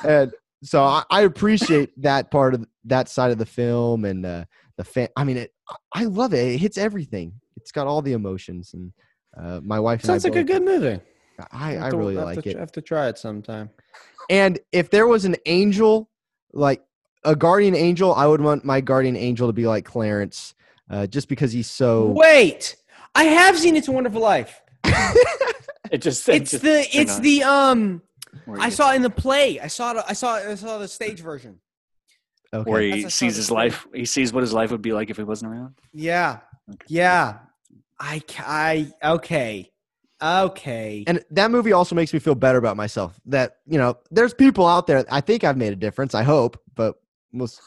and so I, I appreciate that part of that side of the film and uh, the fan. I mean, it, I love it. It hits everything. It's got all the emotions, and uh, my wife and I
Sounds like a
both-
good movie.
I,
Have
I
to-
really
have
like
to,
it.
Have to try it sometime.
And if there was an angel, like a guardian angel, I would want my guardian angel to be like Clarence, uh, just because he's so.
Wait, I have seen It's a Wonderful Life.
It just it
It's
just
the
turned
it's
on.
the um.
Where
I
you-
saw it in the play. I saw it. I saw I saw the stage version.
Okay.
where
That's
he
a
sees
southern
his
thing.
life. He sees what his life would be like if he wasn't around.
Yeah.
Okay.
Yeah. I ca- I okay. Okay.
And that movie also makes me feel better about myself. That you know, there's people out there. I think I've made a difference. I hope, but most.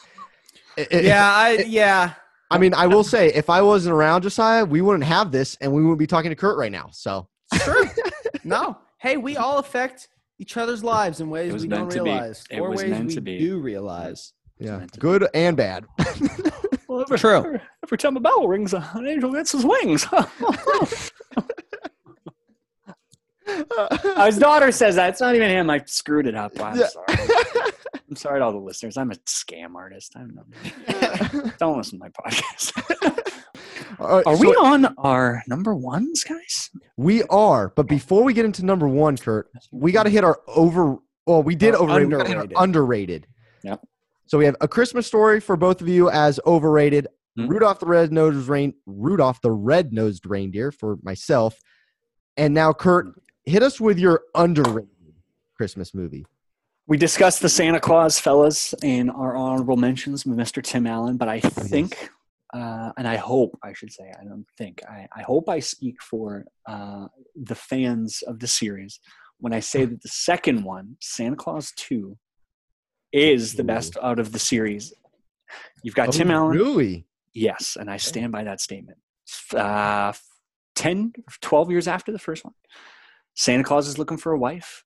It- it-
yeah, I yeah.
I mean, I will say, if I wasn't around Josiah, we wouldn't have this, and we wouldn't be talking to Kurt right now. So
Sure. no. Hey, we all affect each other's lives in ways
was
we don't
meant to be.
realize
It
or
was
ways
meant
we
to be.
do realize.
yeah,
meant to be.
good and bad.
Well, every,
True.
Every, every time a bell rings, an angel gets his wings. His daughter says that. It's not even him. I screwed it up. I'm
Yeah.
sorry. I'm sorry to all the listeners. I'm a scam artist. I'm not. Don't listen to my podcast.
All right,
Are
so
we on our number ones, guys?
We are, but before we get into number one, Kurt, we got to hit our over. Well, we did
Our
overrated. we gotta hit our
underrated.
underrated.
Yep.
So we have a Christmas story for both of you as overrated.
Mhm.
Rudolph the Red Nosed Rein. Rudolph the Red Nosed Reindeer for myself. And now, Kurt, hit us with your underrated Christmas movie.
We discussed the Santa Claus fellas in our honorable mentions with Mr. Tim Allen, but I think, uh, and I hope, I should say, I don't think, I, I hope I speak for uh, the fans of the series when I say that the second one, Santa Claus 2, is the best out of the series. You've got Tim
Oh,
Allen.
Really?
Yes, and I stand by that statement. F- Uh, f- 10, 12 years after the first one, Santa Claus is looking for a wife.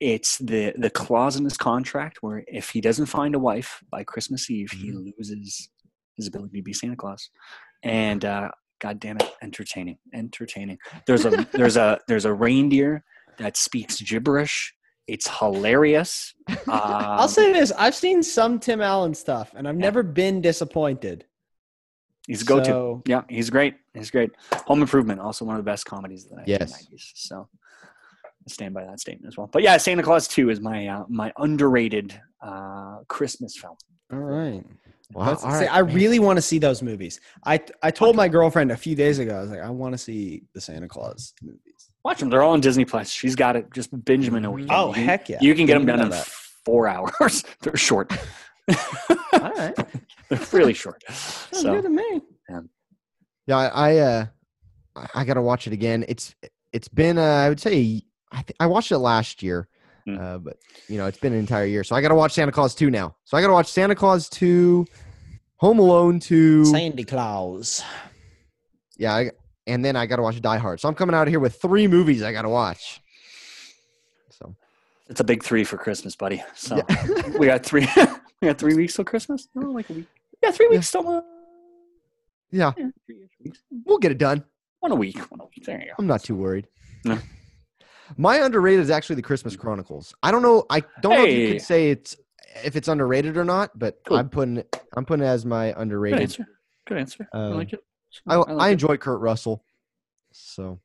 It's the, the clause in his contract where if he doesn't find a wife by Christmas Eve, he
Mm-hmm.
loses his ability to be Santa Claus. And uh, God damn it, entertaining, entertaining. There's a there's a there's a reindeer that speaks gibberish. It's hilarious.
I'll
Um,
say this: I've seen some Tim Allen stuff, and I've
Yeah.
never been disappointed.
he's a go-to.
So,
Yeah, he's great. He's great. Home Improvement, also one of the best comedies of the
Yes.
1990s. So I stand by that statement as well. But yeah, Santa Claus 2 is my uh, my underrated uh, Christmas film.
all right.
Wow.
That's-
all
see,
right,
I
man.
really want to see those movies. I I told my girlfriend a few days ago. I was like, I want to see the Santa Claus movies.
Watch them. They're all on Disney Plus. She's got it. Just binge them in a weekend.
Oh
You can-
heck yeah!
You can get them done
Didn't
in
know
four hours. They're short.
that. All right,
They're really short.
Sounds
So
good to me.
Yeah, I, I uh, I- I gotta watch it again. It's it's been uh, I would say I th- I watched it last year,
Mm.
uh, but you know it's been an entire year, so I gotta watch Santa Claus two now. So I gotta watch Santa Claus two, Home Alone two,
Sandy Claus.
yeah, I, and then I gotta watch Die Hard. So I'm coming out of here with three movies I gotta watch. So
it's a big three for Christmas, buddy. So
yeah.
we got three. we got three weeks till Christmas. No, like a week. Yeah, three
Yeah.
weeks till. Uh,
Yeah.
yeah, three weeks.
we'll get it done.
One a week. One a week. There you go.
I'm not too worried.
No.
My underrated is actually the Christmas Chronicles. I don't know. I don't know if you
Hey.
could say it's if it's underrated or not, but
Cool.
I'm putting it- I'm putting it as my
Good
underrated.
answer. Good answer. I
Um,
like it.
I, I,
like it.
enjoy Kurt Russell. So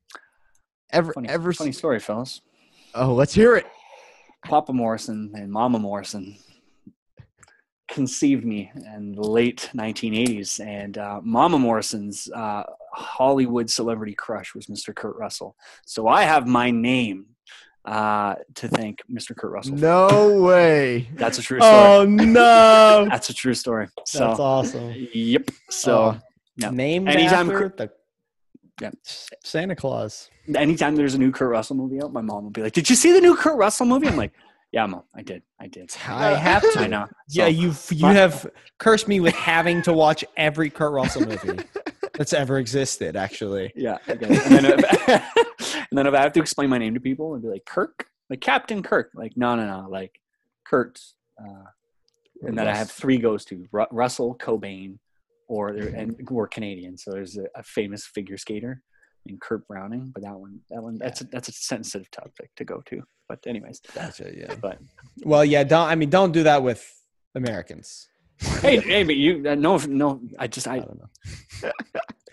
ever
Funny,
ever
funny
since
story, fellas.
oh let's hear it.
Papa Morrison and Mama Morrison conceived me in the late 1980s, and uh, Mama Morrison's uh, Hollywood celebrity crush was Mr. Kurt Russell. So I have my name uh, to thank Mr. Kurt Russell.
No way.
That's a true story.
Oh no,
That's a true story. So,
that's awesome.
yep. So,
Oh,
yeah.
named
Anytime
after the
Yeah.
Santa Claus.
anytime there's a new Kurt Russell movie out, my mom will be like, "Did you see the new Kurt Russell movie?" I'm like, "Yeah, mom, I did. I did.
I have to.
I know."
Yeah,
So,
you've you
my-
have cursed me with having to watch every Kurt Russell movie that's ever existed. Actually,
yeah. I did. And then, if, and then if I have to explain my name to people, and be like, "Kirk, like Captain Kirk," like, "No, no, no, like Kurt." Uh, and then I have three goes to Ru- Russell Cobain, or there- and we're Canadian, so there's a, a famous figure skater named Kurt Browning. But that one, that one, that's a, that's a sensitive topic to go to. But anyways,
Gotcha, yeah.
But-
well, yeah. Don't I mean don't do that with Americans.
hey, hey, but you uh, no, no, I just
I
I
don't know.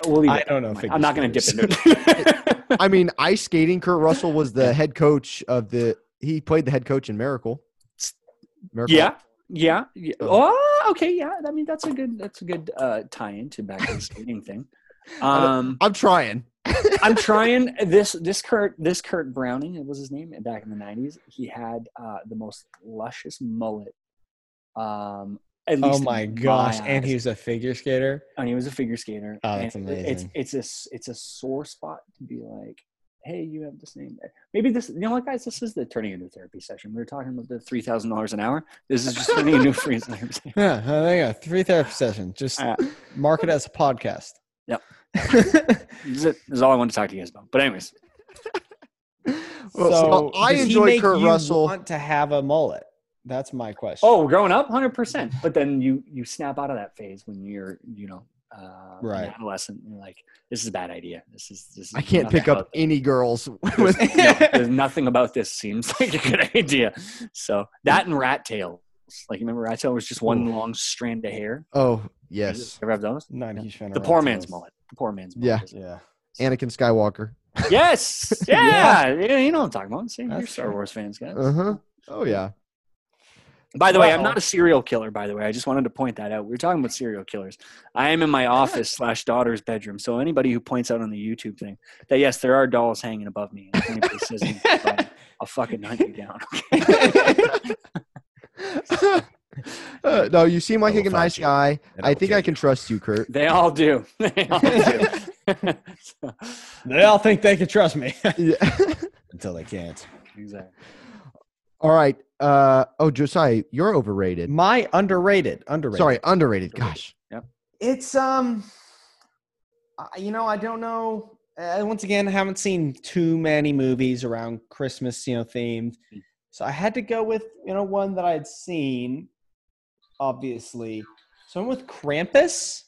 we'll leave
I
it.
don't know.
I'm not going to dip
figures.
into it.
I mean, ice skating. Kurt Russell was the head coach of the. He played the head coach in Miracle. Miracle.
yeah, yeah, yeah.
Oh.
Oh, okay, yeah. I mean, that's a good that's a good uh, tie-in to back to the skating thing. Um,
I'm trying.
I'm trying this this Kurt this Kurt Browning it was his name back in the '90s. He had uh, the most luscious mullet. Um, at least
Oh
in
my gosh! And
eyes.
he's a figure skater.
and he was a figure skater.
Oh, that's
and it-
amazing.
It's it's a it's a sore spot to be like, hey, you have this name. Maybe this, you know what, guys, this is the turning into a therapy session. We were talking about the three thousand dollars an hour. This is just turning into a free therapy.
Yeah, uh, there you go. Three therapy sessions. Just
Uh,
mark it as a podcast.
Yep.
Yep.
This is, it. This is all I want to talk to you guys about. But anyways,
Well, so I
does he
enjoy
make
Kurt
you
Russell.
Want to have a mullet? That's my question.
oh, growing up, hundred percent. But then you you snap out of that phase when you're you know uh, an
Right.
adolescent. And you're like, this is a bad idea. This is this. Is
I can't
nothing
pick up
about
any girls.
this.
With,
There's, no, there's nothing about this seems like a good idea. So that and rat tails. Like you remember, rat tail was just one long strand of hair.
oh
You
yes,
ever have those?
not a huge fan.
The
of
poor
rat
man's
tails.
mullet. The poor man's
Yeah.
mullet.
Yeah.
Anakin Skywalker.
Yes. Yeah. yeah. You know what I'm talking about. See, you're
That's
Star
fair.
Wars fans, guys.
Uh huh. Oh yeah.
By the way, I'm
Well-
not a serial killer. By the way, I just wanted to point that out. We were talking about serial killers. I am in my office slash daughter's bedroom. So anybody who points out on the YouTube thing that yes, there are dolls hanging above me, and if anybody says anything about it, I'll fucking hunt you down.
Uh, no, you seem like
I
a
will
nice
find you.
guy.
And I
I
will
think
kill
I can trust you, Kurt.
They all do. They all do. So,
They all think they can trust me
Yeah.
until they can't.
exactly.
All right. Uh, oh, Josiah, you're overrated.
My underrated, underrated.
Sorry, underrated.
Underrated.
Gosh.
it's um, I- you know, I don't know. Uh, once again, I haven't seen too many movies around Christmas, you know, themed.
Hmm.
So I had to go with you know one that I had seen, obviously. So I'm with Krampus.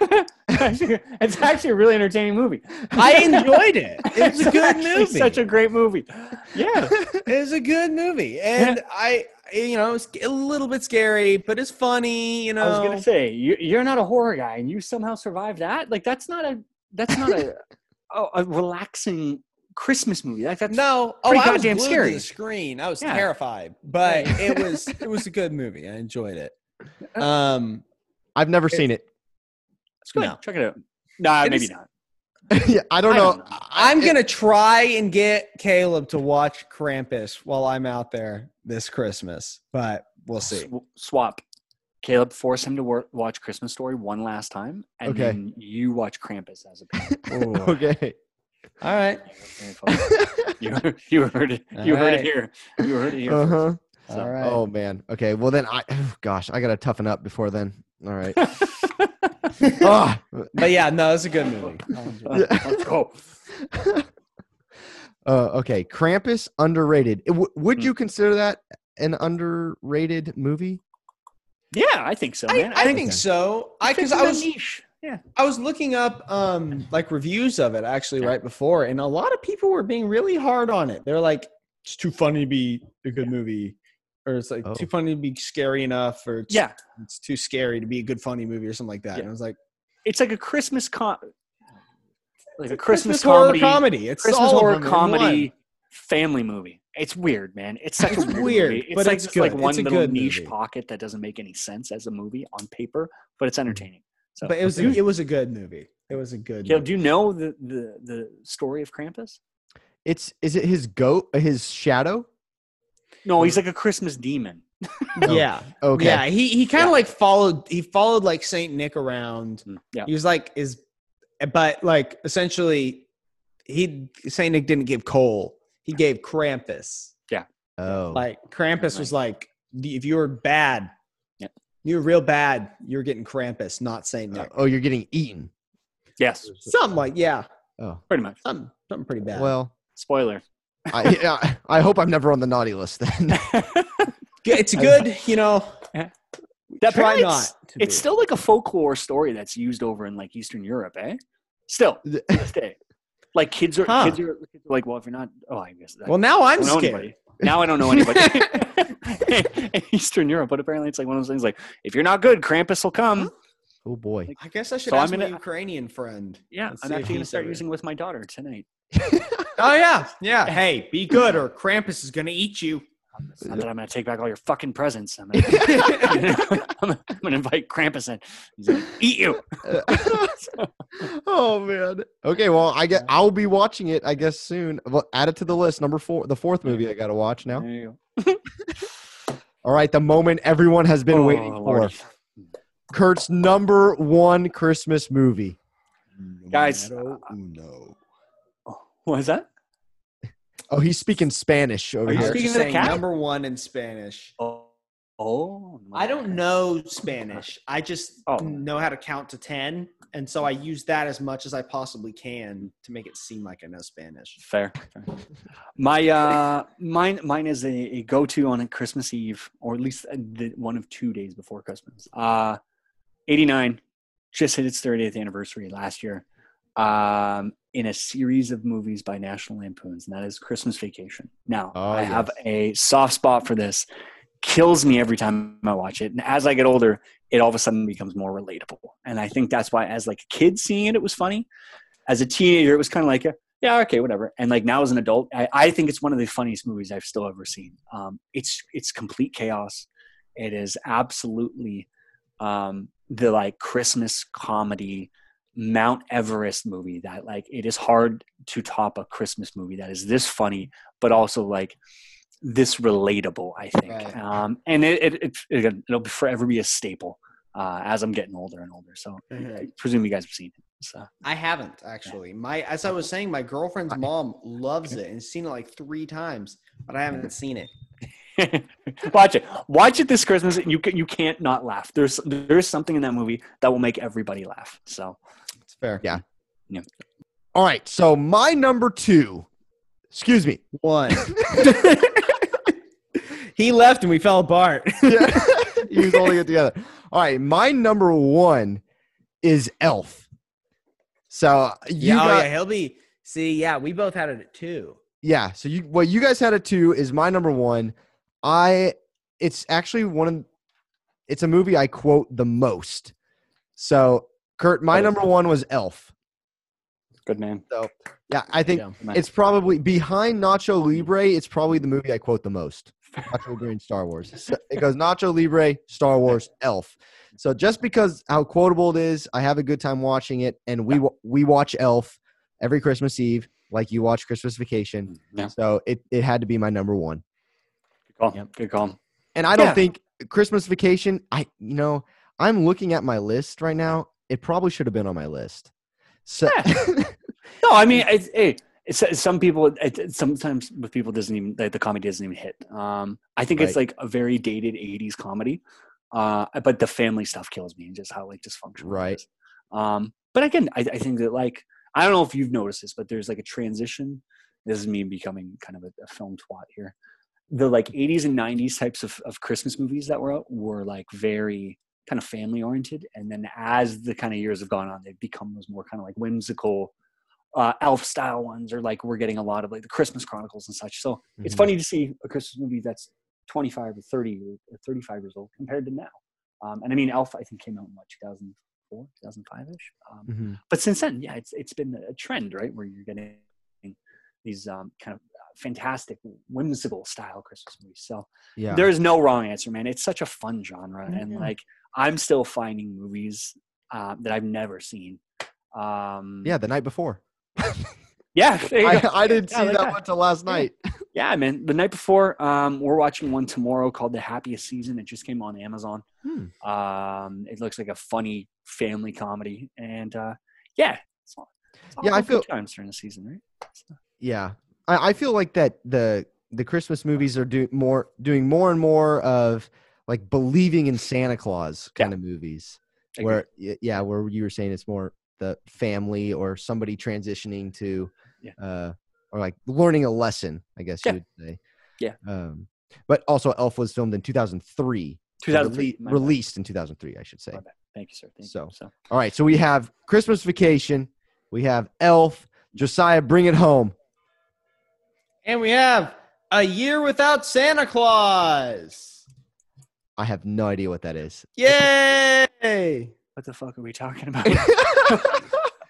it's actually a really entertaining movie.
I enjoyed it. It was a good
actually
movie.
Such a great movie. Yeah.
It was a good movie, and I, you know, it's a little bit scary, but it's funny. You know,
I was gonna say you, you're not a horror guy, and you somehow survived that. Like that's not a that's not a oh, a, a relaxing Christmas movie. Like that's
no, oh,
pretty
I was
goddamn
glued
scary.
to the screen. I was
Yeah.
terrified, but
Yeah.
it was it was a good movie. I enjoyed it. Um,
I've never seen it.
it's good.
no.
Check it out. Nah,
It
maybe
is-
not.
yeah, I don't
I
know.
don't know.
I'm
it-
gonna try and get Caleb to watch Krampus while I'm out there this Christmas, but we'll see.
Sw- swap. Caleb, force him to wor- watch Christmas Story one last time, and
Okay.
then you watch Krampus as a parent.
Ooh.
Okay.
All right,
Very fun. you, you heard it. You heard it
Alright.
here. You heard it here.
Uh
Uh-huh.
huh.
So-
all right.
Oh man. Okay. Well then, I gosh, I gotta toughen up before then. All right. Ah.
But yeah, no, it's a good movie. I enjoyed it.
Let's go.
Uh, okay. Krampus underrated. It w- would
Hmm.
you consider that an underrated movie?
Yeah, I think so,
I,
man.
I think so. I because I was
niche. Yeah.
I was looking up um like reviews of it actually
Yeah.
right before, and a lot of people were being really hard on it. They're like, it's too funny to be a good movie, or it's like
Oh.
too funny to be scary enough, or it's,
Yeah.
it's too scary to be a good funny movie or something like that.
Yeah.
And I was like,
it's like a Christmas com, like
it's
a Christmas,
horror
comedy,
comedy. It's
Christmas
all of
horror
them in
comedy family movie. It's weird, man. It's such
It's
a weird,
weird,
movie. It's
but
like
it's
just like
good.
one
It's a
little
good
niche
movie.
pocket that doesn't make any sense as a movie on paper, but
Mm-hmm.
it's entertaining. So,
one. But it was
Okay.
it was a good movie. It was a good.
Caleb,
movie.
do you know the, the the story of Krampus?
It's is it his goat? His shadow?
No,
Mm.
he's like a Christmas demon.
Yeah.
Okay.
Yeah. He he kind of
Yeah.
like followed he followed like Saint Nick around.
Yeah.
He was like is, but like essentially, he Saint Nick didn't give Cole. He gave Krampus.
Oh.
Like Krampus was like, if you were bad,
Yeah.
you were real bad. You're getting Krampus, not Saint
Uh,
Nick.
oh, you're getting eaten.
Yes,
Something like yeah,
Oh.
pretty much.
something something pretty bad.
Well,
Spoiler.
I, yeah, I hope I'm never on the naughty list then.
G- it's a good, you know. try
Apparently
not.
It's,
to
it's
be.
still like a folklore story that's used over in like Eastern Europe, eh? Still, to this day. Like kids are
Huh.
kids are kids are like, well, if you're not, oh, I guess. I
well now I'm
don't know
scared.
anybody. Now I don't know anybody in Eastern Europe, but apparently it's like one of those things. Like if you're not good, Krampus will come.
oh boy.
I guess I should
So
ask
I'm
my
gonna-
Ukrainian friend.
Yeah,
Let's
I'm
see if
actually gonna
he's
start
ever-
using it with my daughter tonight.
Oh yeah, yeah. Hey, be good or Krampus is gonna eat you.
Not that I'm gonna take back all your fucking presents. I'm gonna, I'm gonna- I'm gonna invite Krampus in. He's gonna eat you.
oh man. Okay, well, I get I'll be watching it I guess soon. Well, add it to the list. Number 4, the fourth movie I got to watch now.
There you go.
All right, the moment everyone has been
Oh,
waiting for.
Lordy.
Kurt's number 1 Christmas movie.
Guys, uh, What is that?
Oh, he's speaking Spanish over
Are you
here.
speaking-
Just
to the
saying
cat?
Number one in Spanish.
Oh, oh
I don't know Spanish. I just
Oh.
know how to count to ten, and so I use that as much as I possibly can to make it seem like I know Spanish.
Fair. fair. My uh, mine mine is a, a go to on a Christmas Eve, or at least uh, the one of two days before Christmas. Uh, eighty nine just hit its thirtieth anniversary last year. Um, in a series of movies by National Lampoons, and that is Christmas Vacation. Now
Oh,
I have
yes.
a soft spot for this. Kills me every time I watch it, and as I get older, it all of a sudden becomes more relatable. And I think that's why, as like a kid seeing it, it was funny. As a teenager, it was kind of like, yeah, okay, whatever. And like now as an adult, I, I think it's one of the funniest movies I've still ever seen. Um, it's it's complete chaos. It is absolutely um, the like Christmas comedy Mount Everest movie that like it is hard to top a Christmas movie that is this funny, but also like this relatable. I think,
Right.
um, and it, it, it again, it'll forever be a staple uh, as I'm getting older and older. So I presume you guys have seen it. So.
I haven't actually. My as I was saying, my girlfriend's mom loves it and has seen it like three times, but I haven't seen it.
Watch it. Watch it this Christmas. You can, you can't not laugh. There's there's something in that movie that will make everybody laugh. So
It's fair. Yeah.
Yeah.
All right. So my number two. Excuse me.
One. he left and we fell apart.
Yeah. he was holding it together. All right. My number one is Elf. So you
yeah, oh,
got,
yeah, he'll be. See, yeah, we both had it at two.
yeah. So you what you guys had at two is my number one. I it's actually one of it's a movie I quote the most. So Kurt, my
Oh.
number one was Elf.
good man.
Yeah, I think
Yeah.
it's probably behind Nacho Libre. It's probably the movie I quote the most. Nacho Green Star Wars. So It goes Nacho Libre, Star Wars, Elf. So just because how quotable it is, I have a good time watching it, and we wa- we watch Elf every Christmas Eve, like you watch Christmas Vacation.
Yeah.
So it it had to be my number one.
Good call. Good call.
And I don't
Yeah.
think Christmas Vacation. I you know I'm looking at my list right now. It probably should have been on my list. So
No, I mean, it's, hey, it's, it's some people. It, it- sometimes with people doesn't even like the comedy doesn't even hit. Um, I think it's like a very dated '80s comedy, uh, but the family stuff kills me and just how like dysfunctional. it
Right.
is. Um, but again, I, I think that like I don't know if you've noticed this, but there's like a transition. This is me becoming kind of a, a film twat here. The like 80s and 90s types of, of Christmas movies that were out were like very kind of family oriented, and then as the kind of years have gone on, they've become those more kind of like whimsical uh, elf style ones, or like we're getting a lot of like the Christmas Chronicles and such. So it's
Mhm.
funny to see a Christmas movie that's 25 or 30 or- or 35 years old compared to now. Um, and I mean, Elf I think came out in what 2004, 2005 ish. Um,
Mhm.
but since then, yeah, it's it's been a trend, right, where you're getting these um, kind of uh, fantastic, whimsical style Christmas movies. So
yeah. Mm-hmm.
there is no wrong answer, man. It's such a fun genre, and
Mhm.
like I'm still finding movies uh, that I've never seen. Um,
yeah, the night before.
Yeah, there you go.
I, I didn't
Yeah,
see
like
that,
that.
one till last
Yeah.
night.
Yeah, man. The night before, um, we're watching one tomorrow called The Happiest Season. It just came on Amazon.
Hmm.
Um, it looks like a funny family comedy, and uh, yeah, it's all, it's all
Yeah, I
good
feel-
times during the season, right?
Yeah, I, I feel like that the the Christmas movies are do more doing more and more of like believing in Santa Claus kind of movies.
Agree.
Where y- yeah, where you were saying it's more the family or somebody transitioning to,
Yeah.
uh, or like learning a lesson, I guess
Yeah.
you would say.
Yeah.
Um, but also Elf was filmed in 2003.
Two thousand
rele- released in 2003, I should say.
My bad. Thank you, sir. Thank
So.
you. So
All right, so we have Christmas Vacation, we have Elf, Josiah, Bring It Home.
And we have a year without Santa Claus.
I have no idea what that is.
Yay!
what the fuck are we talking about?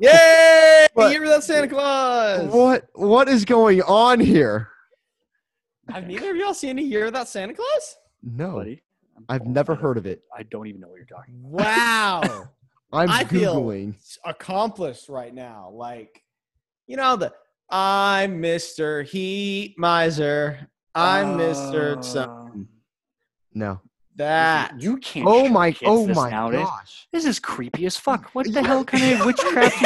Yay!
What?
A year without Santa Claus.
What what is going on here?
Have neither of y'all seen a year without Santa Claus?
No,
buddy? I'm
I've
pulling
never
that up.
heard of it.
I don't even know what you're talking.
Wow.
I'm
I feel-
googling.
accomplished right now. Like, you know, the I'm Mr. Heat Miser. I'm Mr. So
Um,
No.
that.
You can't.
Oh
show
my
kids
oh
this
my
nowadays.
gosh.
This is creepy as fuck. What the
Yeah.
hell kind of witchcraft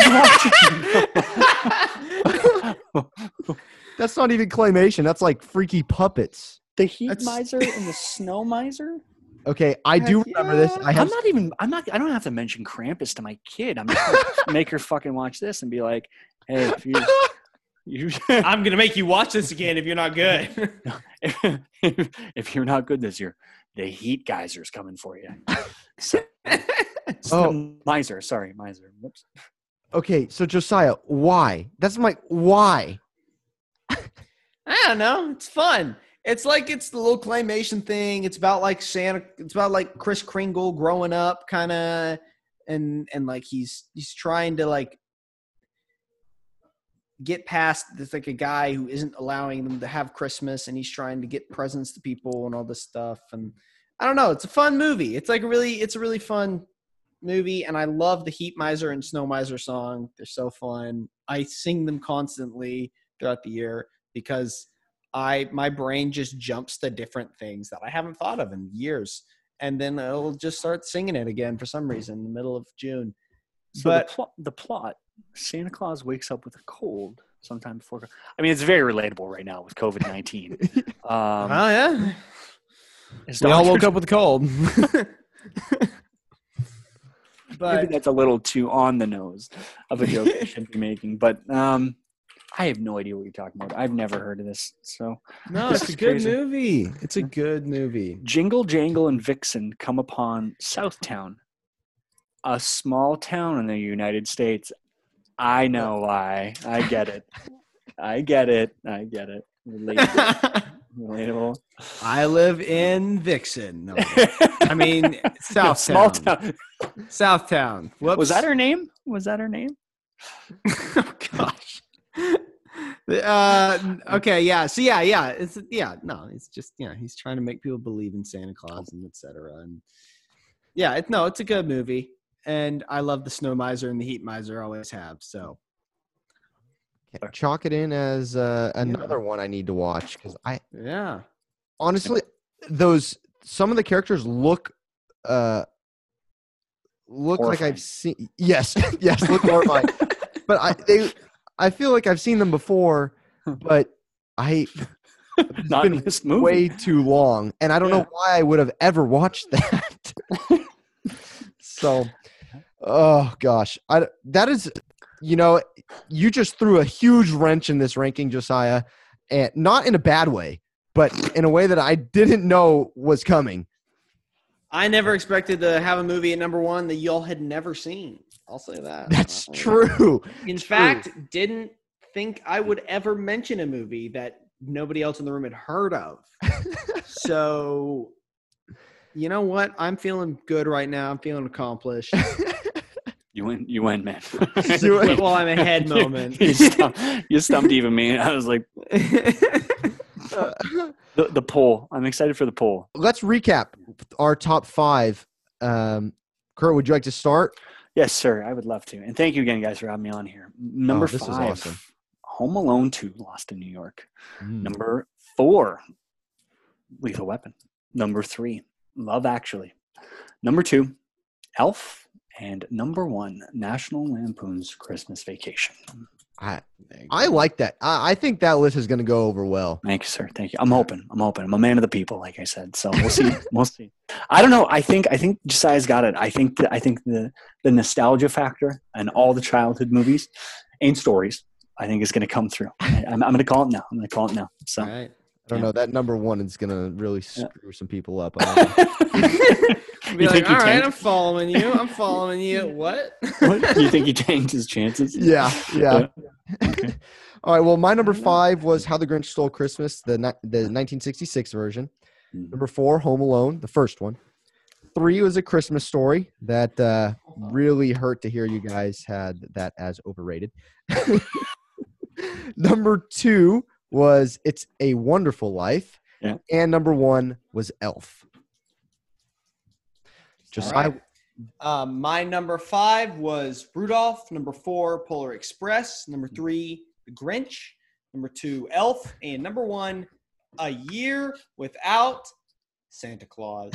are you watching?
That's not even claymation. That's like freaky puppets.
the heat
That's-
miser and the snow miser.
Okay, I do
Heck
remember this.
yeah.
I
I'm
have
not even. I'm not. I don't have to mention Krampus to my kid. I'm just gonna make her fucking watch this and be like, "Hey, if you, you
I'm gonna make you watch this again if you're not good.
if, you're not good this year, the heat geyser's coming for you." So,
Oh.
miser. Sorry, miser. Whoops.
Okay, so Josiah, why? That's my why.
I don't know. It's fun. It's like it's the little claymation thing. It's about like Santa. It's about like Chris Kringle growing up, kind of, and and like he's he's trying to like get past this like a guy who isn't allowing them to have Christmas, and he's trying to get presents to people and all this stuff. And I don't know. It's a fun movie. It's like a really. It's a really fun movie, and I love the Heat Miser and Snow Miser song. They're so fun. I sing them constantly throughout the year because I my brain just jumps to different things that I haven't thought of in years, and then it'll just start singing it again for some reason in the middle of June.
So
But
the, pl- the plot: Santa Claus wakes up with a cold sometime before. I mean, it's very relatable right now with COVID nineteen. Um,
oh yeah,
his
we all
doctor-
woke up with a cold.
Maybe
but
that's a little too on the nose of a joke I should be making, but um, I have no idea what you're talking about. I've never heard of this. So,
no,
This
it's
is
a good
crazy.
movie. It's a good movie.
Jingle Jangle and Vixen come upon Southtown, a small town in the United States. I know why. I get it. I get it. I get it. Relatable. Relatable.
I live in Vixen. No, I mean
No,
South
small town.
Southtown. Whoops.
Was that her name? Was that her name?
oh gosh. Uh, okay, yeah. So yeah, yeah. It's yeah. No, it's just yeah. He's trying to make people believe in Santa Claus and etc. And yeah, it, no, it's a good movie, and I love the Snow Miser and the Heat Miser. Always have. So
Chalk it in as uh, another one I need to watch cuz I
yeah,
honestly those some of the characters look uh look like
Horrifying.
i've seen yes yes look horrifying but i they i feel like i've seen them before but i
Not in
been
this movie.
way too long and i don't
Yeah.
know why i would have ever watched that so oh gosh i that is you know you just threw a huge wrench in this ranking josiah and not in a bad way but in a way that i didn't know was coming
I never expected to have a movie at number one that y'all had never seen. I'll say that.
that's
Uh-huh.
Uh,
true
In
True.
fact, didn't think I would ever mention a movie that nobody else in the room had heard of. so, you know what? I'm feeling good right now. I'm feeling accomplished.
You win. You win, man.
You win.
well, I'm ahead moment.
you, stumped, you stumped even me. I was like, the, the poll. I'm excited for the poll.
let's recap our top five um kurt would you like to start
Yes, sir. I would love to. And thank you again, guys, for having me on here. Number
Oh, this
five.
is awesome.
Home Alone 2, Lost in New York. Number four, Lethal Weapon. Number three, Love Actually. Number two, Elf. And number one, National Lampoon's Christmas Vacation.
I, I like that. I, I think that list is going to go over well.
Thank you, sir. Thank you. I'm hoping. I'm hoping. I'm a man of the people, like I said. So we'll see. we'll see. I don't know. I think. I think Josiah's got it. I think. The, I think the the nostalgia factor and all the childhood movies and stories. I think is going to come through. I, I'm, I'm going to call it now. I'm going to call it now. So.
right.
I don't
Yeah.
know. That number one is going to really
Yeah.
screw some people up. I don't know.
You
Be like,
think you
all right,
can?"
I'm following you. I'm following you. What?
What? you think he changed his chances?
yeah, yeah.
Okay.
All right. Well, my number
I don't know.
five was How the Grinch Stole Christmas, the ni- the 1966 version.
Mhm.
Number four, Home Alone, the first one. Three was A Christmas Story. That uh, really hurt to hear you guys had that as overrated. number two was It's a Wonderful Life.
Yeah.
And number one was Elf. Just
All right. Um, my number five was Rudolph. Number four, Polar Express. Number
Hmm.
three, The Grinch. Number two, Elf. And number one, A Year Without Santa Claus.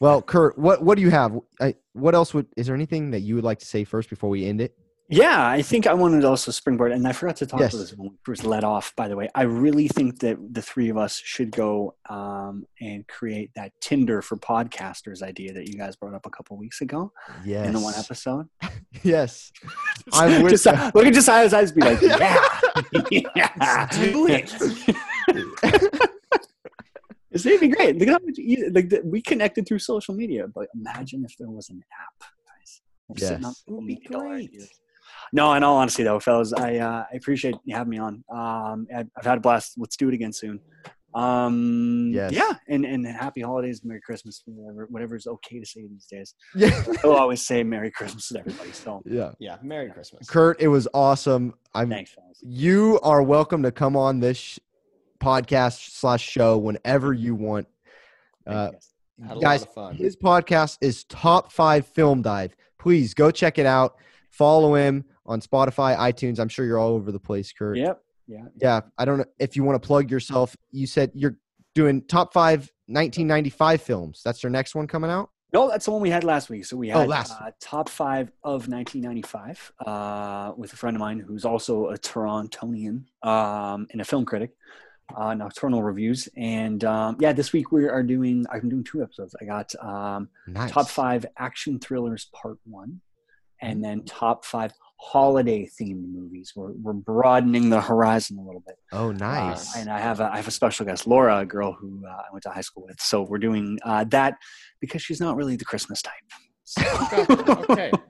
well, Kurt, what what do you have? I, what else would is there anything that you would like to say first before we end it?
Yeah, I think I wanted to also springboard, and I forgot to talk
Yes.
about this when we was let off. By the way, I really think that the three of us should go um, and create that Tinder for podcasters idea that you guys brought up a couple weeks ago
Yes.
in the one episode.
Yes. I wish-
Just, uh, look at Josiah's eyes, be like, yeah, yeah,
Do it.
It's gonna be great. Look at how much easy, like the, we connected through social media, but imagine if there was an app, guys. We're sitting
Yes. It
on $20
would be great.
ideas. No, in all honesty, though, fellas, I, uh, I appreciate you having me on. Um, I, I've had a blast. Let's do it again soon. Um,
Yes.
Yeah, and and happy holidays, Merry Christmas, whatever whatever's okay to say these days.
Yeah.
I'll always say Merry Christmas to everybody. So
Yeah.
Yeah, Merry Christmas.
Kurt, it was awesome. I'm
thanks, fellas.
you are welcome to come on this sh- podcast slash show whenever you want.
Thank
Uh,
you guys.
Had a
guys,
lot of fun.
his podcast is Top Five Film Dive. Please go check it out. Follow him on Spotify, iTunes. I'm sure you're all over the place, Kurt.
Yep. Yeah.
Yeah. I don't know if you want to plug yourself. You said you're doing top five 1995 films. That's your next one coming out.
No, that's the one we had last week. So we
Oh,
had
last
uh, top five of 1995 uh, with a friend of mine who's also a Torontonian um, and a film critic. Uh, Nocturnal reviews and um, yeah, this week we are doing. I'm doing two episodes. I got um,
Nice.
top five action thrillers part one, and
Mm-hmm.
then top five holiday themed movies. We're we're broadening the horizon a little bit.
Oh,
Uh,
nice.
and I have a, I have a special guest, Laura, a girl who uh, I went to high school with. So we're doing uh, that because she's not really the Christmas type.
Gotcha. Okay.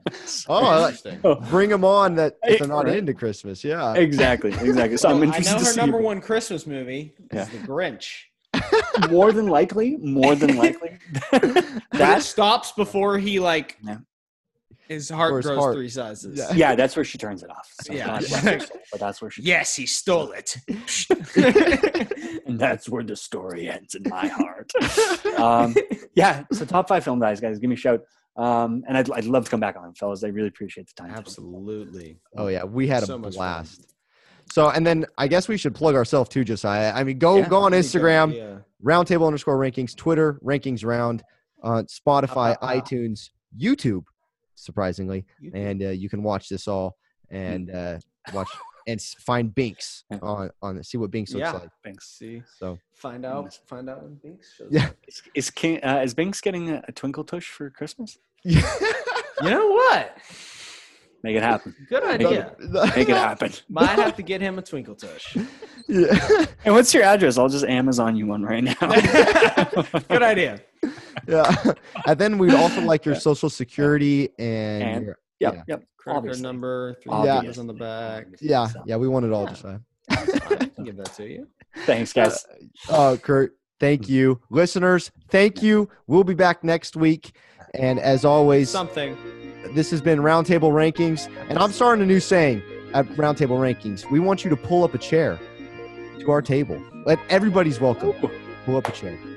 Oh, I like-
Interesting.
Bring them on that if they're not
Right.
into Christmas. Yeah.
exactly, exactly. So
Well,
I'm
I
interested
know
to
her
see
number
you.
one Christmas movie
Yeah.
is The Grinch.
More than likely, more than likely,
That
that's
stops before he like
Yeah.
his heart
Or his
grows
heart.
three sizes.
Yeah.
yeah, that's where she turns it off. So
Yeah.
God bless her soul, but that's where she.
Yes, he stole it.
and that's where the story ends in my heart. um, yeah, so top five film guys, guys, give me a shout. Um, and I'd, I'd love to come back on, fellas. I really appreciate the time.
Absolutely.
Oh yeah, we had a
So much fun.
blast. So and then I guess we should plug ourselves too, Josiah. I mean, go
Yeah.
go on
Here we go.
Instagram,
Yeah.
roundtable underscore rankings, Twitter, rankings round, uh, Spotify,
Up, up, up.
iTunes, YouTube, surprisingly,
YouTube.
and uh, you can watch this all and uh, watch and s- find Binks
Yeah.
on on see what Binks looks
Yeah.
like.
Thanks.
See,
So
find out, find out when Binks shows
Yeah.
up.
Is is, King, uh, is Binks getting a, a twinkle tush for Christmas?
You know what?
Make it happen.
Good idea.
Make it happen.
Might have to get him a twinkle tush.
yeah.
And what's your address? I'll just Amazon you one right now.
Good idea.
yeah. And then we'd also like your social security and,
And-
your,
Yep,
Yeah.
yep.
Credit card
Obviously.
number, three
Yeah.
numbers on the back.
yeah, yeah, we want it all,
Yeah.
Josiah.
I can give that to you.
Thanks, guys.
Oh, Kurt, thank you. Listeners, thank you. We'll be back next week. And as always,
Something.
this has been Roundtable Rankings. And I'm starting a new saying at Roundtable Rankings. We want you to pull up a chair to our table. Let everybody's welcome. Pull up a chair.